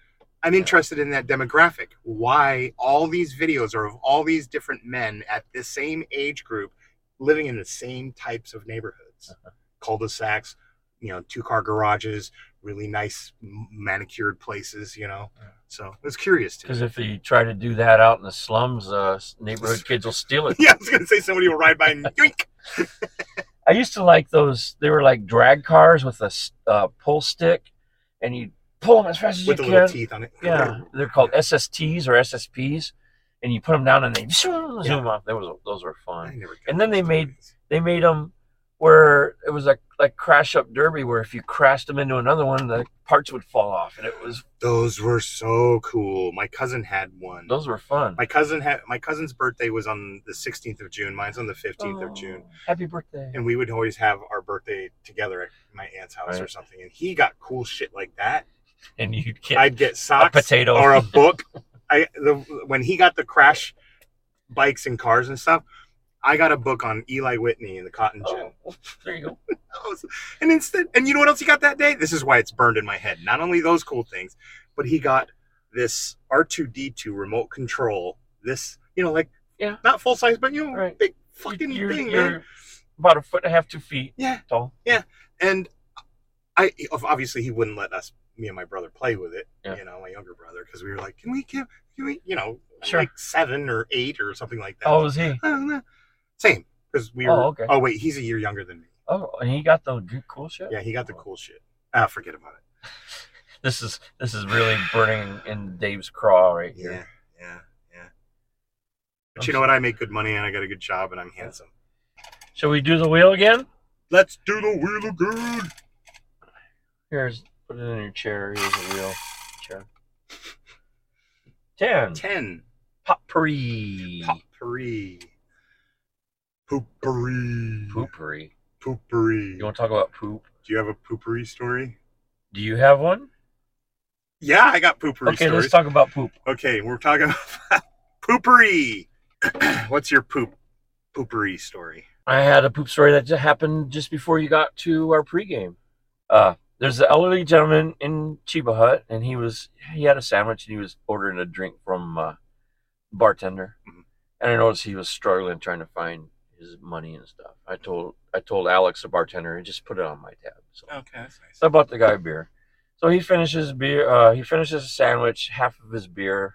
Speaker 2: I'm
Speaker 3: yeah.
Speaker 2: interested in that demographic. Why all these videos are of all these different men at the same age group living in the same types of neighborhoods,
Speaker 3: Uh-huh.
Speaker 2: cul-de-sacs, you know, two-car garages, really nice m- manicured places. You know,
Speaker 3: Yeah.
Speaker 2: so I was curious to.
Speaker 3: Because Mm. if you try to do that out in the slums, uh, neighborhood kids will steal it.
Speaker 2: Yeah, I was gonna say somebody will ride by and yoink.
Speaker 3: I used to like those. They were like drag cars with a s- uh, pull stick, and you pull them as fast as
Speaker 2: with the
Speaker 3: you
Speaker 2: little
Speaker 3: can.
Speaker 2: teeth on it.
Speaker 3: Yeah, they're called SSTs or SSPs, and you put them down and they zoom, zoom off. Those were, those were
Speaker 2: I
Speaker 3: fun.
Speaker 2: never got
Speaker 3: And then
Speaker 2: those
Speaker 3: they made-
Speaker 2: toys.
Speaker 3: They made them where it was like like crash up derby, where if you crashed them into another one, the parts would fall off, and it was
Speaker 2: those were so cool. My cousin had one.
Speaker 3: those were fun.
Speaker 2: My cousin had my cousin's birthday was on the 16th of June. Mine's on the 15th of June,
Speaker 3: Oh, Happy birthday!
Speaker 2: and we would always have our birthday together at my aunt's house or
Speaker 3: Right.
Speaker 2: something. And he got cool shit like that.
Speaker 3: And you get
Speaker 2: I'd get socks,
Speaker 3: potato.
Speaker 2: or a book. I the when he got the crash bikes and cars and stuff. I got a book on Eli Whitney and the cotton gin.
Speaker 3: Oh, there you go.
Speaker 2: I was- And instead, and you know what else he got that day? This is why it's burned in my head. Not only those cool things, but he got this R2D2 remote control. This, you know, like
Speaker 3: Yeah.
Speaker 2: not full size, but you know,
Speaker 3: Right.
Speaker 2: big fucking
Speaker 3: You're-
Speaker 2: thing,
Speaker 3: you're
Speaker 2: man.
Speaker 3: About a foot and a half, two feet
Speaker 2: Yeah,
Speaker 3: tall.
Speaker 2: and I obviously he wouldn't let us, me and my brother, play with it.
Speaker 3: Yeah.
Speaker 2: You know, my younger brother, because we were like, can we give, can we, you know,
Speaker 3: Sure.
Speaker 2: like seven or eight or something like that.
Speaker 3: How old is he?
Speaker 2: I don't know. Same, because we were.
Speaker 3: Oh,
Speaker 2: Oh,
Speaker 3: okay.
Speaker 2: wait, he's a year younger than me.
Speaker 3: Oh, and he got the good cool shit.
Speaker 2: Yeah, he got the cool shit. Ah, forget about it.
Speaker 3: This is this is really burning in Dave's craw right here.
Speaker 2: Yeah, yeah, yeah. But you know what? I make good money and I got a good job and I'm handsome.
Speaker 3: Shall we do the wheel again?
Speaker 2: Let's do the wheel of good.
Speaker 3: Here's put it in your chair. Here's a wheel chair. Ten.
Speaker 2: Ten.
Speaker 3: Potpourri.
Speaker 2: Potpourri. Poopery.
Speaker 3: Poopery.
Speaker 2: Poopery.
Speaker 3: You want to talk about poop?
Speaker 2: Do you have a poopery story?
Speaker 3: Do you have one?
Speaker 2: Yeah, I got poopery
Speaker 3: okay,
Speaker 2: stories.
Speaker 3: let's talk about poop.
Speaker 2: okay, we're talking about poopery. What's your poop poopery story?
Speaker 3: I had a poop story that just happened just before you got to our pregame. Uh, there's an elderly gentleman in Chiba Hut, and he was he had a sandwich and he was ordering a drink from uh, bartender.
Speaker 2: Mhm.
Speaker 3: And I noticed he was struggling trying to find his money and stuff. I told I told Alex, the bartender, just put it on my tab. So
Speaker 2: Okay, that's nice.
Speaker 3: so I bought the guy a beer. So he finishes beer. Uh, he finishes a sandwich. Half of his beer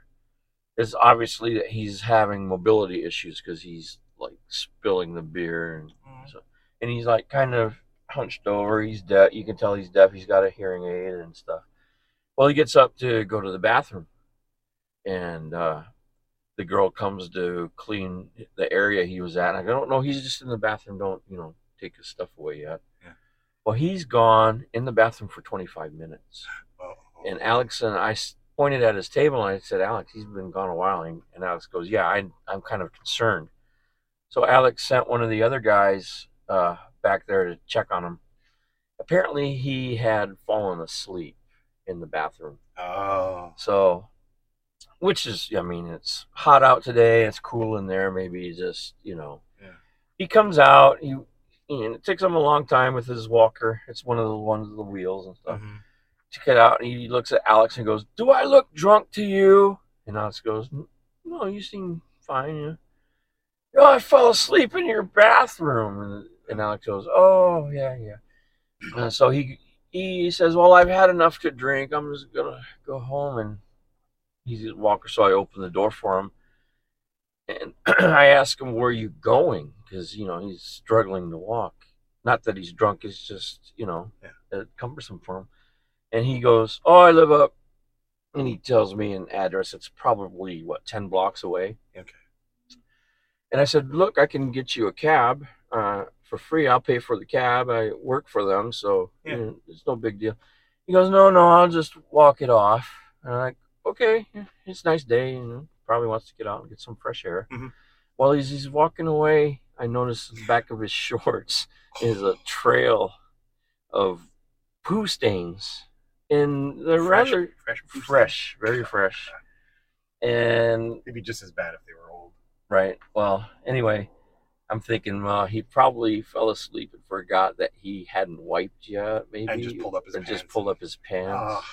Speaker 3: is obviously that he's having
Speaker 2: Mm.
Speaker 3: mobility issues because he's like spilling the beer, and so and he's like kind of hunched over. He's deaf. You can tell he's deaf. He's got a hearing aid and stuff. Well, he gets up to go to the bathroom, and uh, the girl comes to clean the area he was at. And I go, don't know. He's just in the bathroom. Don't you know? Take his stuff away yet.
Speaker 2: Yeah.
Speaker 3: Well, he's gone in the bathroom for 25 minutes
Speaker 2: Oh,
Speaker 3: and Alex and I s- pointed at his table and I said, Alex, he's been gone a while. And and Alex goes, Yeah, I, I'm kind of concerned. So Alex sent one of the other guys uh, back there to check on him. Apparently, he had fallen asleep in the bathroom.
Speaker 2: oh.
Speaker 3: So, which is, I mean, it's hot out today. It's cool in there. Maybe he just, you know,
Speaker 2: Yeah.
Speaker 3: he comes out. He, and it takes him a long time with his walker. It's one of the ones with the wheels and stuff
Speaker 2: Mhm.
Speaker 3: to get out and he looks at Alex and goes, Do I look drunk to you? And Alex goes, No, you seem fine. Yeah. Oh, I fell asleep in your bathroom. And, and Alex goes, Oh, yeah, yeah. And so he he says, Well, I've had enough to drink. I'm just going to go home. And he's a walker, so I open the door for him. And I ask him, Where are you going? Because, you know, he's struggling to walk. Not that he's drunk, it's just, you know, uh, cumbersome for him. And he goes, Oh, I live up. And he tells me an address. It's probably, what, 10 blocks away?
Speaker 2: Okay.
Speaker 3: And I said, Look, I can get you a cab uh, for free. I'll pay for the cab. I work for them, so
Speaker 2: Yeah.
Speaker 3: you know, it's no big deal. He goes, No, no, I'll just walk it off. And I'm like, Okay, yeah, it's a nice day. You know, probably wants to get out and get some fresh air.
Speaker 2: Mhm.
Speaker 3: While he's, he's walking away, I notice the back of his shorts is a trail of poo stains. And they're
Speaker 2: Fresh-
Speaker 3: rather
Speaker 2: fresh, poo
Speaker 3: fresh, very fresh. And
Speaker 2: It'd be just as bad if they were old.
Speaker 3: Right. Well, anyway, I'm thinking, well, he probably fell asleep and forgot that he hadn't wiped yet, maybe.
Speaker 2: just pulled up his
Speaker 3: or just
Speaker 2: pants. Ah,
Speaker 3: pulled up his pants.
Speaker 2: Ugh.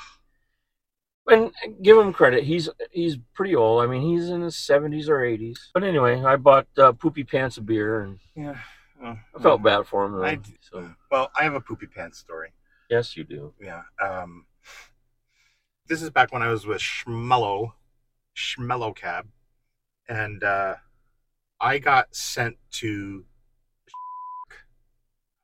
Speaker 3: And give him credit, he's he's pretty old. I mean, he's in his 70s or 80s. But anyway, I bought uh, Poopy Pants a beer, and
Speaker 2: yeah. Oh,
Speaker 3: I felt
Speaker 2: yeah.
Speaker 3: bad for him. though.
Speaker 2: I d-
Speaker 3: so
Speaker 2: Well, I have a poopy pants story.
Speaker 3: yes, you do.
Speaker 2: Yeah. Um, this is back when I was with Schmello, Schmello Cab, and uh, I got sent to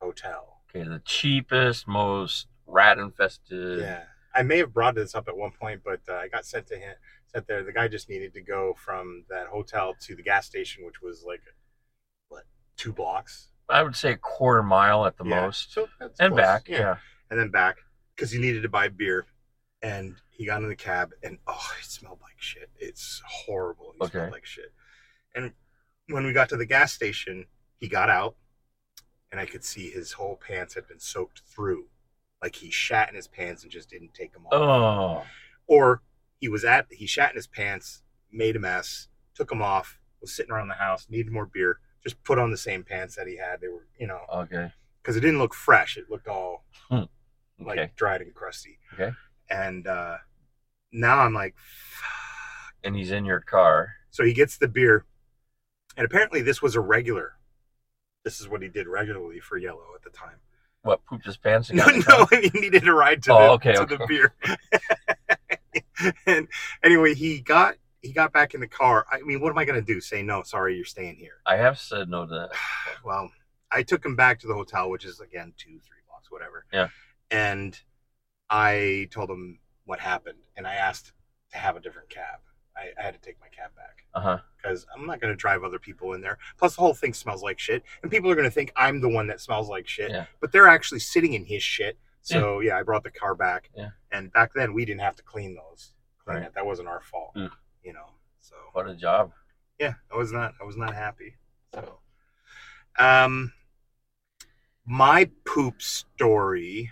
Speaker 2: hotel.
Speaker 3: Okay, the cheapest, most rat infested.
Speaker 2: Yeah, I may have brought this up at one point, but uh, I got sent to him. Sent there. The guy just needed to go from that hotel to the gas station, which was like what two blocks
Speaker 3: I would say a quarter mile at the
Speaker 2: Yeah.
Speaker 3: most,
Speaker 2: So that's
Speaker 3: and
Speaker 2: close.
Speaker 3: back. Yeah.
Speaker 2: and then back because he needed to buy beer. And he got in the cab, and oh, it smelled like shit. It's horrible. It
Speaker 3: Okay.
Speaker 2: smelled like shit. And when we got to the gas station, he got out, and I could see his whole pants had been soaked through, like he shat in his pants and just didn't take them off.
Speaker 3: Oh,
Speaker 2: Or he was at he shat in his pants, made a mess, took them off, was sitting around the house, needed more beer, just put on the same pants that he had. They were, you know,
Speaker 3: okay.
Speaker 2: because it didn't look fresh. It looked all like
Speaker 3: Okay.
Speaker 2: dried and crusty.
Speaker 3: Okay.
Speaker 2: And uh, now I'm like, "Fuck."
Speaker 3: And he's in your car.
Speaker 2: so he gets the beer, and apparently this was a regular. This is what he did regularly for Yellow at the time.
Speaker 3: What pooped his pants? and
Speaker 2: No,
Speaker 3: got in the
Speaker 2: no,
Speaker 3: car?
Speaker 2: he needed a ride to,
Speaker 3: Oh,
Speaker 2: the,
Speaker 3: okay,
Speaker 2: to
Speaker 3: okay.
Speaker 2: the beer. and anyway, he got he got back in the car. I mean, what am I gonna do? Say no, sorry, you're staying here.
Speaker 3: I have said no to that.
Speaker 2: well, I took him back to the hotel, which is again two, three blocks, whatever.
Speaker 3: Yeah.
Speaker 2: And I told him what happened, and I asked to have a different cab. I, I had to take my cab back
Speaker 3: Uh huh.
Speaker 2: because I'm not going to drive other people in there. Plus, the whole thing smells like shit, and people are going to think I'm the one that smells like shit.
Speaker 3: Yeah.
Speaker 2: But they're actually sitting in his shit. So yeah, I brought the car back.
Speaker 3: Yeah.
Speaker 2: And back then, we didn't have to clean those. Clean
Speaker 3: Right.
Speaker 2: it. That wasn't our fault.
Speaker 3: Mm.
Speaker 2: You know. So
Speaker 3: What a job.
Speaker 2: yeah i was not i was not happy so um my poop story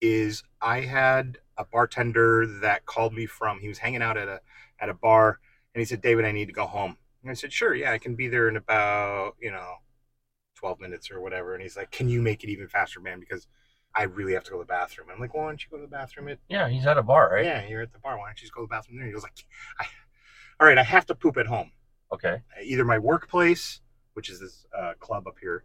Speaker 2: is i had a bartender that called me from he was hanging out at a at a bar and he said david i need to go home and i said sure yeah i can be there in about you know 12 minutes or whatever and he's like can you make it even faster man because i really have to go to the bathroom i'm like well, why don't you go to the bathroom at
Speaker 3: Yeah, he's at a bar, right?
Speaker 2: yeah you're at the bar why don't you just go to the bathroom there he goes like I, all right i have to poop at home
Speaker 3: Okay.
Speaker 2: either my workplace, which is this uh, club up here,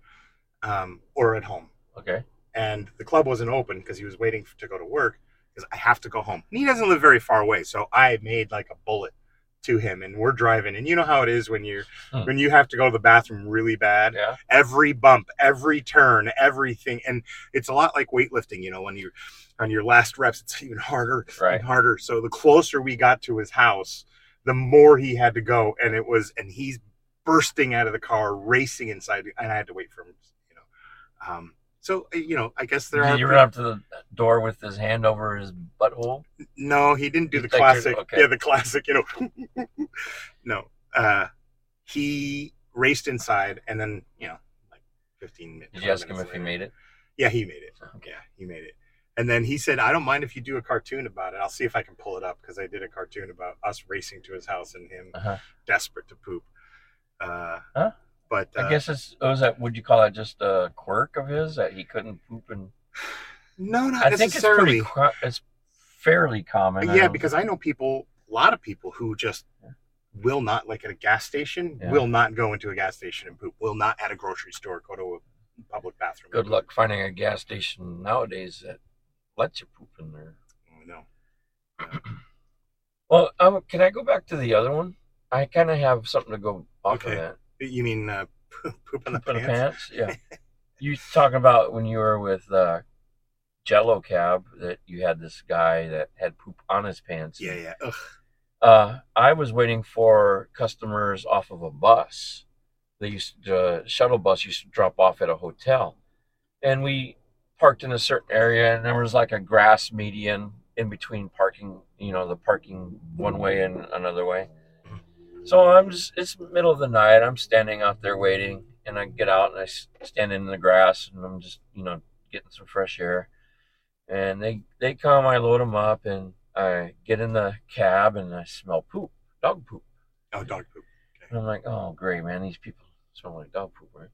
Speaker 2: um, or at home.
Speaker 3: Okay.
Speaker 2: And the club wasn't open because he was waiting f- to go to work because I have to go home. And he doesn't live very far away, so I made like a bullet to him and we're driving and you know how it is when you're
Speaker 3: Hmm.
Speaker 2: when you have to go to the bathroom really bad
Speaker 3: Yeah.
Speaker 2: every bump every turn everything and it's a lot like weightlifting you know when you on your last reps it's even harder
Speaker 3: Right.
Speaker 2: and harder so the closer we got to his house the more he had to go and it was and he's bursting out of the car racing inside and i had to wait for him you know um so you know i guess there are
Speaker 3: you run up to the door with his hand over his butthole.
Speaker 2: no, he didn't do
Speaker 3: You
Speaker 2: the
Speaker 3: think you're-
Speaker 2: classic.
Speaker 3: okay.
Speaker 2: Yeah, the classic. You know, no. Uh, he raced inside, and then you know, like fifteen minutes.
Speaker 3: Did you ask him if he made it?
Speaker 2: Yeah, he made it.
Speaker 3: Okay.
Speaker 2: Yeah, he made it. And then he said, "I don't mind if you do a cartoon about it. I'll see if I can pull it up because I did a cartoon about us racing to his house and him
Speaker 3: Uh-huh.
Speaker 2: desperate to poop." Uh,
Speaker 3: Huh?
Speaker 2: But uh,
Speaker 3: I guess it's was that. Would you call that just a quirk of his that he couldn't poop and?
Speaker 2: no, not
Speaker 3: I think it's
Speaker 2: necessarily.
Speaker 3: pretty. co- It's fairly common. Um, I
Speaker 2: yeah,
Speaker 3: don't-
Speaker 2: because I know people, a lot of people who just will not, like at a gas station,
Speaker 3: Yeah.
Speaker 2: will not go into a gas station and poop, will not at a grocery store go to a public bathroom.
Speaker 3: good luck finding a gas station nowadays that lets you poop in there.
Speaker 2: Oh, No.
Speaker 3: Well, um, can I go back to the other one? I kind of have something to go off
Speaker 2: Okay.
Speaker 3: of that.
Speaker 2: You mean uh, poop, poop on the
Speaker 3: Put a
Speaker 2: pants?
Speaker 3: pants, yeah. you talking about when you were with uh, Jello Cab that you had this guy that had poop on his pants.
Speaker 2: Yeah, yeah. Ugh.
Speaker 3: Uh, I was waiting for customers off of a bus. They used the shuttle bus used to drop off at a hotel, and we parked in a certain area, and there was like a grass median in between parking. You know, the parking one way and another way. So I'm just it's middle of the night. I'm standing out there waiting, and I get out and I s- stand in the grass, and I'm just you know getting some fresh air. And they they come, I load them up, and I get in the cab, and I smell poop, dog poop.
Speaker 2: Oh, dog poop.
Speaker 3: And I'm like, oh, great, man. These people smell like dog poop, right?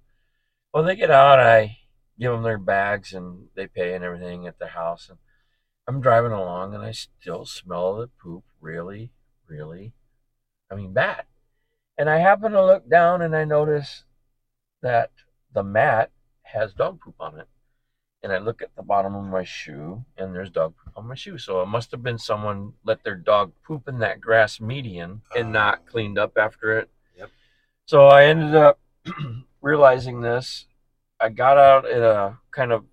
Speaker 3: Well, they get out. I give them their bags and they pay and everything at their house. And I'm driving along and I still smell the poop really, really, I mean, bad. And I happen to look down and I notice that the mat has dog poop on it. And I look at the bottom of my shoe and there's dog poop on my shoe. So it must have been someone let their dog poop in that grass median and not cleaned up after it.
Speaker 2: Yep.
Speaker 3: So I ended up realizing this. I got out in a kind of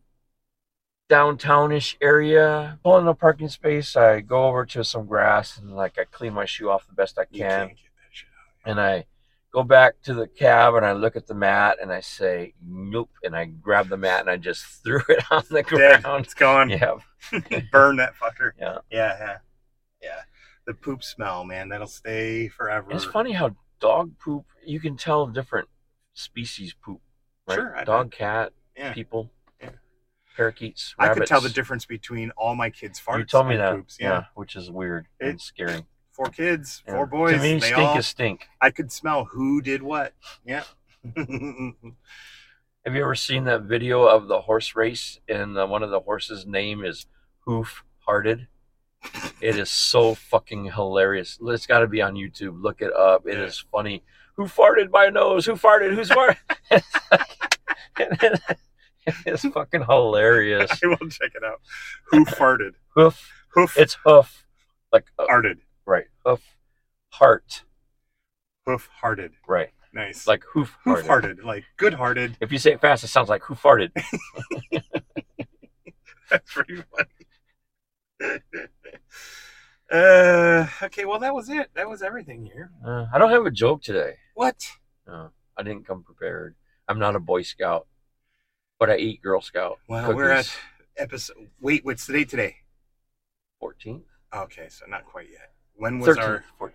Speaker 3: downtownish area, pull in a parking space. I go over to some grass and like I clean my shoe off the best I
Speaker 2: You
Speaker 3: can
Speaker 2: can't get that shit out.
Speaker 3: and I go back to the cab and I look at the mat and I say nope and I grab the mat and I just threw it on the
Speaker 2: Yeah.
Speaker 3: ground.
Speaker 2: It's gone.
Speaker 3: Yeah,
Speaker 2: Burn that fucker.
Speaker 3: Yeah.
Speaker 2: Yeah, yeah. Yeah. The poop smell, man, that'll stay forever.
Speaker 3: it's funny how dog poop you can tell different species poop, right?
Speaker 2: Sure, I bet.
Speaker 3: Dog, cat,
Speaker 2: Yeah.
Speaker 3: people,
Speaker 2: Yeah.
Speaker 3: parakeets,
Speaker 2: I
Speaker 3: rabbits.
Speaker 2: could tell the difference between all my kids' farts.
Speaker 3: You told me
Speaker 2: and
Speaker 3: that,
Speaker 2: Poops.
Speaker 3: yeah.
Speaker 2: Yeah.
Speaker 3: which is weird
Speaker 2: It-
Speaker 3: and scary.
Speaker 2: Four kids,
Speaker 3: Yeah.
Speaker 2: four boys.
Speaker 3: To me,
Speaker 2: they
Speaker 3: stink
Speaker 2: all,
Speaker 3: is stink.
Speaker 2: I could smell who did what. Yeah.
Speaker 3: Have you ever seen that video of the horse race and uh, one of the horses' name is Hoof Hearted? It is so fucking hilarious. It's got to be on YouTube. Look it up. It is
Speaker 2: Yeah.
Speaker 3: funny. Who farted my nose? Who farted? Who's farted? it's fucking hilarious.
Speaker 2: I will check it out. Who farted?
Speaker 3: Hoof.
Speaker 2: Hoof
Speaker 3: It's hoof. Like uh,
Speaker 2: farted.
Speaker 3: right. Hoof. Heart.
Speaker 2: Hoof hearted.
Speaker 3: Right.
Speaker 2: Nice.
Speaker 3: Like hoof.
Speaker 2: who
Speaker 3: hearted.
Speaker 2: farted? Like good hearted.
Speaker 3: If you say it fast, it sounds like who farted.
Speaker 2: That's pretty funny. uh, okay, well that was it. That was everything here.
Speaker 3: Uh, I don't have a joke today.
Speaker 2: What?
Speaker 3: No, I didn't come prepared. I'm not a Boy Scout, but I eat Girl Scout.
Speaker 2: Well,
Speaker 3: cookies.
Speaker 2: we're at episode. Wait, what's the date today?
Speaker 3: 14th,
Speaker 2: Okay, so not quite yet. When was
Speaker 3: 13th,
Speaker 2: our
Speaker 3: 14th.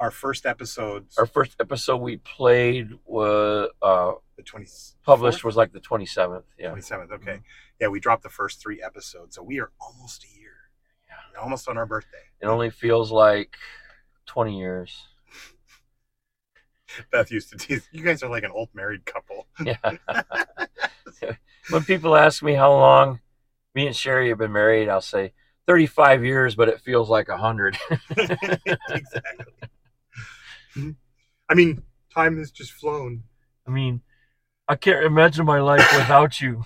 Speaker 2: our first episode?
Speaker 3: Our first episode we played was uh,
Speaker 2: the twenty
Speaker 3: published was like the 27th. Yeah, Mm-hmm.
Speaker 2: twenty seventh. Okay, yeah, we dropped the first three episodes, so we are almost a year.
Speaker 3: Yeah.
Speaker 2: We're almost on our birthday.
Speaker 3: it only feels like 20 years.
Speaker 2: Beth used to tease. You guys are like an old married couple.
Speaker 3: Yeah. when people ask me how long me and Sherry have been married, I'll say 35 years, but it feels like 100.
Speaker 2: exactly.
Speaker 3: Mm-hmm.
Speaker 2: I mean, time has just flown.
Speaker 3: I mean, I can't imagine my life without you.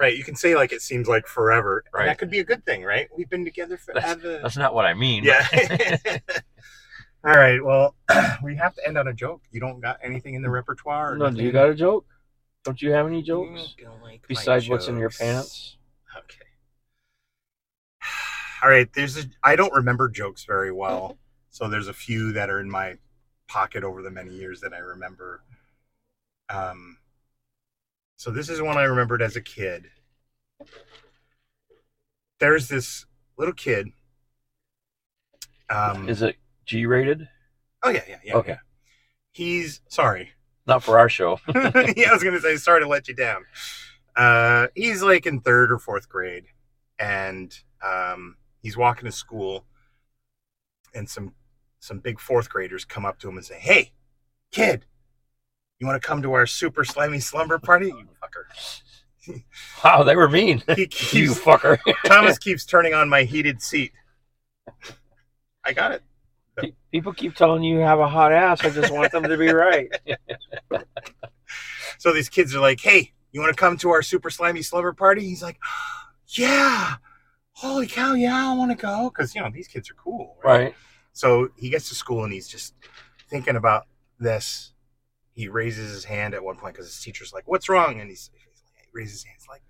Speaker 2: Right. You can say like it seems like forever. and
Speaker 3: Right.
Speaker 2: that could be a good thing, right? We've been together forever.
Speaker 3: That's not what I mean.
Speaker 2: yeah. All right. Well, we have to end on a joke. You don't got anything in the repertoire? or
Speaker 3: No, do you
Speaker 2: nothing?
Speaker 3: got a joke? Don't you have any jokes
Speaker 2: You don't like Mm, my
Speaker 3: besides what's in your
Speaker 2: jokes.
Speaker 3: pants?
Speaker 2: Okay. All right. There's a. I don't remember jokes very well, so there's a few that are in my pocket over the many years that I remember. Um. So this is one I remembered as a kid. There's this little kid. Um.
Speaker 3: Is it G-rated?
Speaker 2: oh yeah, yeah, yeah.
Speaker 3: Okay.
Speaker 2: yeah. He's sorry.
Speaker 3: Not for our show.
Speaker 2: yeah, I was gonna say, sorry to let you down. Uh, he's like in third or fourth grade, and um, he's walking to school, and some some big fourth graders come up to him and say, "Hey, kid, you want to come to our super slimy slumber party?" You fucker.
Speaker 3: Wow, they were mean.
Speaker 2: He
Speaker 3: You
Speaker 2: keeps
Speaker 3: fucker.
Speaker 2: Thomas keeps turning on my heated seat. I got it.
Speaker 3: Pe- People keep telling you you have a hot ass. I just want them to be right.
Speaker 2: So these kids are like, "Hey, you want to come to our super slimy slumber party?" He's like, "Yeah, holy cow, yeah, I want to go." Because you know these kids are cool,
Speaker 3: Right.
Speaker 2: So he gets to school and he's just thinking about this. He raises his hand at one point because his teacher's like, "What's wrong?" And he's, he raises his hand. He's like,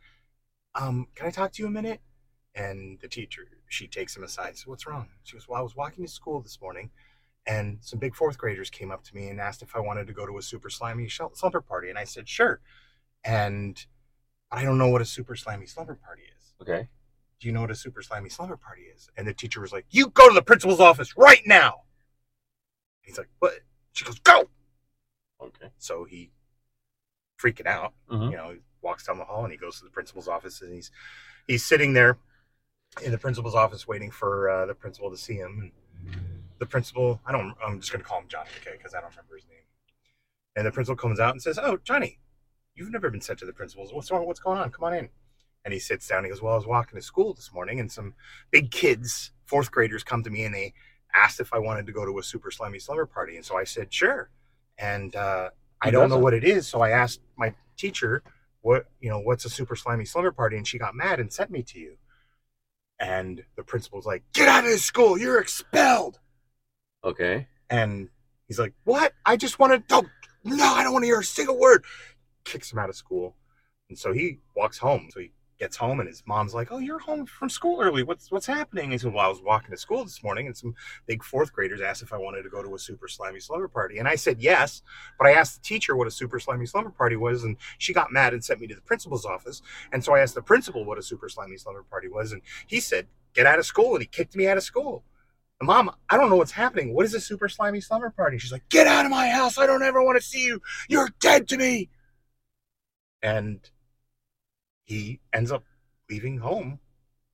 Speaker 2: "Um, can I talk to you a minute?" And the teacher she takes him aside. Says, "What's wrong?" She goes, "Well, I was walking to school this morning." And some big fourth graders came up to me and asked if I wanted to go to a super slimy shel- slumber party. And I said, sure. And I don't know what a super slimy slumber party is
Speaker 3: Okay.
Speaker 2: do you know what a super slimy slumber party is? And the teacher was like, you go to the principal's office right now. He's like, what? She goes, go.
Speaker 3: Okay.
Speaker 2: So he freaking out,
Speaker 3: Mhm.
Speaker 2: you know, he walks down the hall and he goes to the principal's office and he's, he's sitting there in the principal's office waiting for uh, the principal to see him. And the principal, I don't, I'm just going to call him Johnny, okay, because I don't remember his name. And the principal comes out and says, oh, Johnny, you've never been sent to the principal's. What's wrong? What's going on? Come on in. And he sits down. He goes, Well, I was walking to school this morning, and some big kids, fourth graders, come to me and they asked if I wanted to go to a super slimy slumber party. And so I said, Sure. And uh, I
Speaker 3: Who
Speaker 2: don't know
Speaker 3: doesn't?
Speaker 2: what it is. So I asked my teacher, What, you know, what's a super slimy slumber party? And she got mad and sent me to you. And the principal's like, Get out of this school. You're expelled.
Speaker 3: Okay.
Speaker 2: And he's like, What? I just want to, don't, no, I don't want to hear a single word. Kicks him out of school. And so he walks home. So he gets home and his mom's like, Oh, you're home from school early. What's what's happening? He said, Well, I was walking to school this morning and some big fourth graders asked if I wanted to go to a super slimy slumber party. And I said yes, but I asked the teacher what a super slimy slumber party was, and she got mad and sent me to the principal's office. And so I asked the principal what a super slimy slumber party was, and he said, Get out of school, and he kicked me out of school. Mom, I don't know what's happening. What is a super slimy slumber party? She's like, Get out of my house. I don't ever want to see you. You're dead to me. And he ends up leaving home.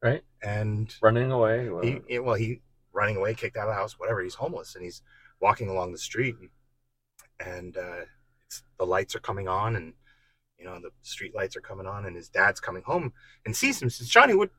Speaker 3: Right.
Speaker 2: And
Speaker 3: Running away. Well,
Speaker 2: he, he- well, he running away, kicked out of the house, whatever. He's homeless and he's walking along the street, and, and uh, it's, the lights are coming on, and you know the street lights are coming on, and his dad's coming home and sees him. Says, "Johnny, what,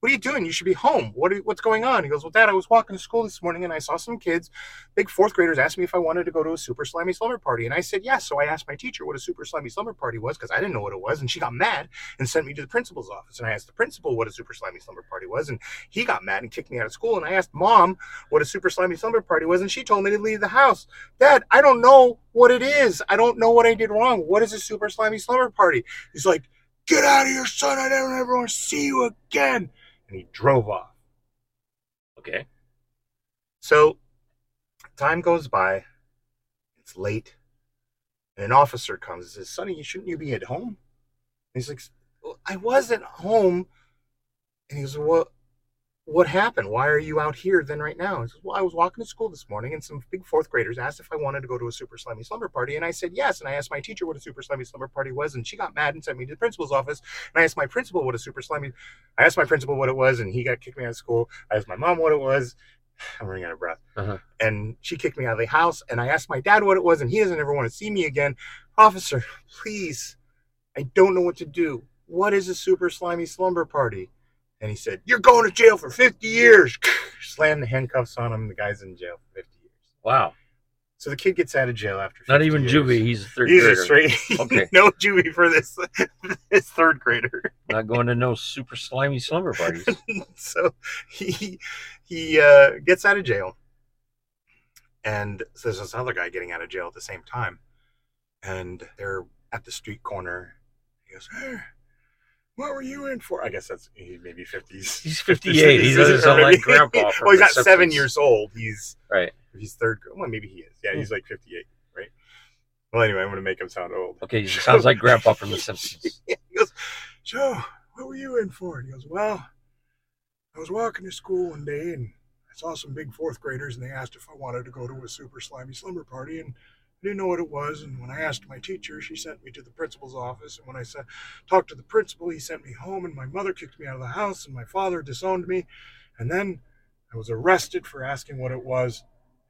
Speaker 2: what are you doing? You should be home. What, are, what's going on?" He goes, "Well, Dad, I was walking to school this morning, and I saw some kids, big fourth graders, asked me if I wanted to go to a super slimy slumber party, and I said yes. So I asked my teacher what a super slimy slumber party was because I didn't know what it was, and she got mad and sent me to the principal's office. And I asked the principal what a super slimy slumber party was, and he got mad and kicked me out of school. And I asked mom what a super slimy slumber party was, and she told me to leave the house. Dad, I don't know what it is. I don't know what I did wrong. What is a super slimy slumber party? He's like, Get out of here, son. I don't ever want to see you again. And he drove off.
Speaker 3: okay.
Speaker 2: So time goes by. It's late. And an officer comes and says, Sonny, you shouldn't you be at home? And he's like, well, I wasn't home. And he goes, What what happened? Why are you out here then right now? He says, Well, I was walking to school this morning and some big fourth graders asked if I wanted to go to a super slimy slumber party. And I said yes. And I asked my teacher what a super slimy slumber party was, and she got mad and sent me to the principal's office. And I asked my principal what a super slimy I asked my principal what it was, and he got kicked me out of school. I asked my mom what it was, I'm running out of breath.
Speaker 3: Uh-huh.
Speaker 2: And she kicked me out of the house. And I asked my dad what it was, and he doesn't ever want to see me again. Officer, please, I don't know what to do. What is a super slimy slumber party? And he said, You're going to jail for 50 years. Slam the handcuffs on him. The guy's in jail for 50 years.
Speaker 3: Wow.
Speaker 2: So the kid gets out of jail after.
Speaker 3: Not
Speaker 2: 50
Speaker 3: even
Speaker 2: years.
Speaker 3: juvie. He's a third
Speaker 2: He's
Speaker 3: grader.
Speaker 2: a straight.
Speaker 3: Okay.
Speaker 2: no juvie for this, this third grader.
Speaker 3: Not going to no super slimy slumber parties.
Speaker 2: so he he uh, gets out of jail and so there's this other guy getting out of jail at the same time, and they're at the street corner. He goes, "Eh, "What were you in for?" I guess that's he's maybe fifties.
Speaker 3: He's 58. He doesn't sound like grandpa. from
Speaker 2: well, he's not seven
Speaker 3: Simpsons.
Speaker 2: years old. He's
Speaker 3: Right.
Speaker 2: if he's third. Well, maybe he is. Yeah, he's
Speaker 3: Hmm.
Speaker 2: like fifty-eight, right? Well, anyway, I'm gonna make him sound old.
Speaker 3: Okay, he sounds like grandpa from The Simpsons.
Speaker 2: he goes, Joe, what were you in for? And he goes, Well, I was walking to school one day and I saw some big fourth graders and they asked if I wanted to go to a super slimy slumber party and I didn't know what it was. And when I asked my teacher, she sent me to the principal's office. And when I said, talked to the principal, he sent me home and my mother kicked me out of the house and my father disowned me. And then I was arrested for asking what it was.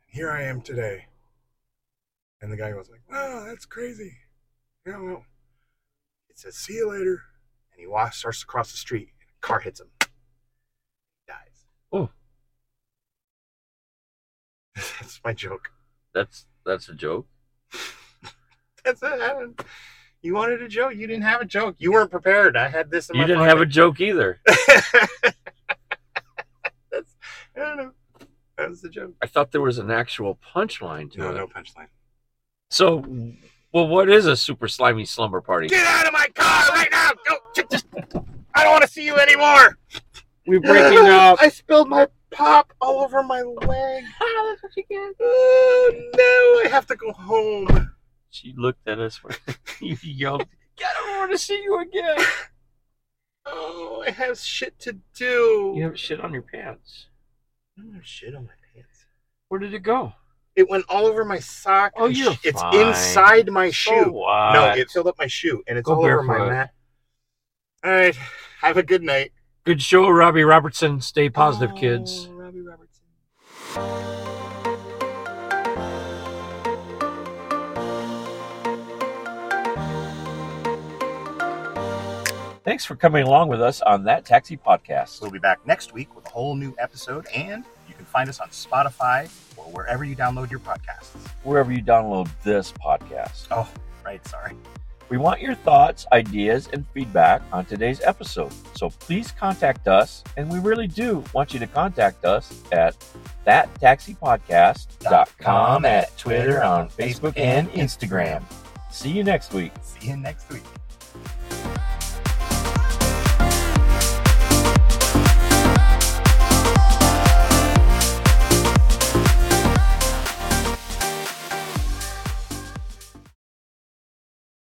Speaker 2: Here I am today. And the guy was like, Wow, that's crazy. Yeah, well, it says, "See you later," and he walks, starts to cross the street. And a car hits him. Dies.
Speaker 3: Oh.
Speaker 2: That's my joke.
Speaker 3: That's that's a joke.
Speaker 2: That's it. I don't- You wanted a joke. You didn't have a joke. You weren't prepared. I had this in
Speaker 3: You
Speaker 2: my
Speaker 3: didn't have a joke either.
Speaker 2: have a. That's, I don't know. That was the joke.
Speaker 3: I thought there was an actual punchline to
Speaker 2: No,
Speaker 3: it.
Speaker 2: no punchline.
Speaker 3: So, well, what is a super slimy slumber party?
Speaker 2: Get out of my car right now! Go. Just, just- I don't want to see you anymore.
Speaker 3: We're breaking up.
Speaker 2: I spilled my pop all over my leg.
Speaker 3: Ah, That's what you get.
Speaker 2: Oh no! I have to go home.
Speaker 3: She looked at us. you yelled, "God, I don't want to see you again."
Speaker 2: Oh, I have shit to do.
Speaker 3: You have shit on your pants.
Speaker 2: I don't have shit on my pants.
Speaker 3: Where did it go?
Speaker 2: It went all over my sock.
Speaker 3: Oh,
Speaker 2: and
Speaker 3: you're
Speaker 2: sh- It's
Speaker 3: fine.
Speaker 2: inside my shoe.
Speaker 3: Oh,
Speaker 2: no,
Speaker 3: what?
Speaker 2: it filled up my shoe, and it's
Speaker 3: Go
Speaker 2: all over my
Speaker 3: barefoot.
Speaker 2: mat. All right, have a good night.
Speaker 3: Good show, Robbie Robertson. Stay positive, kids.
Speaker 2: Oh, Robbie Robertson.
Speaker 3: Thanks for coming along with us on that taxi podcast.
Speaker 2: We'll be back next week with a whole new episode, and you can find us on Spotify or wherever you download your podcasts.
Speaker 3: wherever you download this podcast.
Speaker 2: Oh, right, sorry.
Speaker 3: We want your thoughts, ideas, and feedback on today's episode. So please contact us, and we really do want you to contact us at thattaxipodcast.com at Twitter, on Facebook, and Instagram. See you next week.
Speaker 2: See you next week.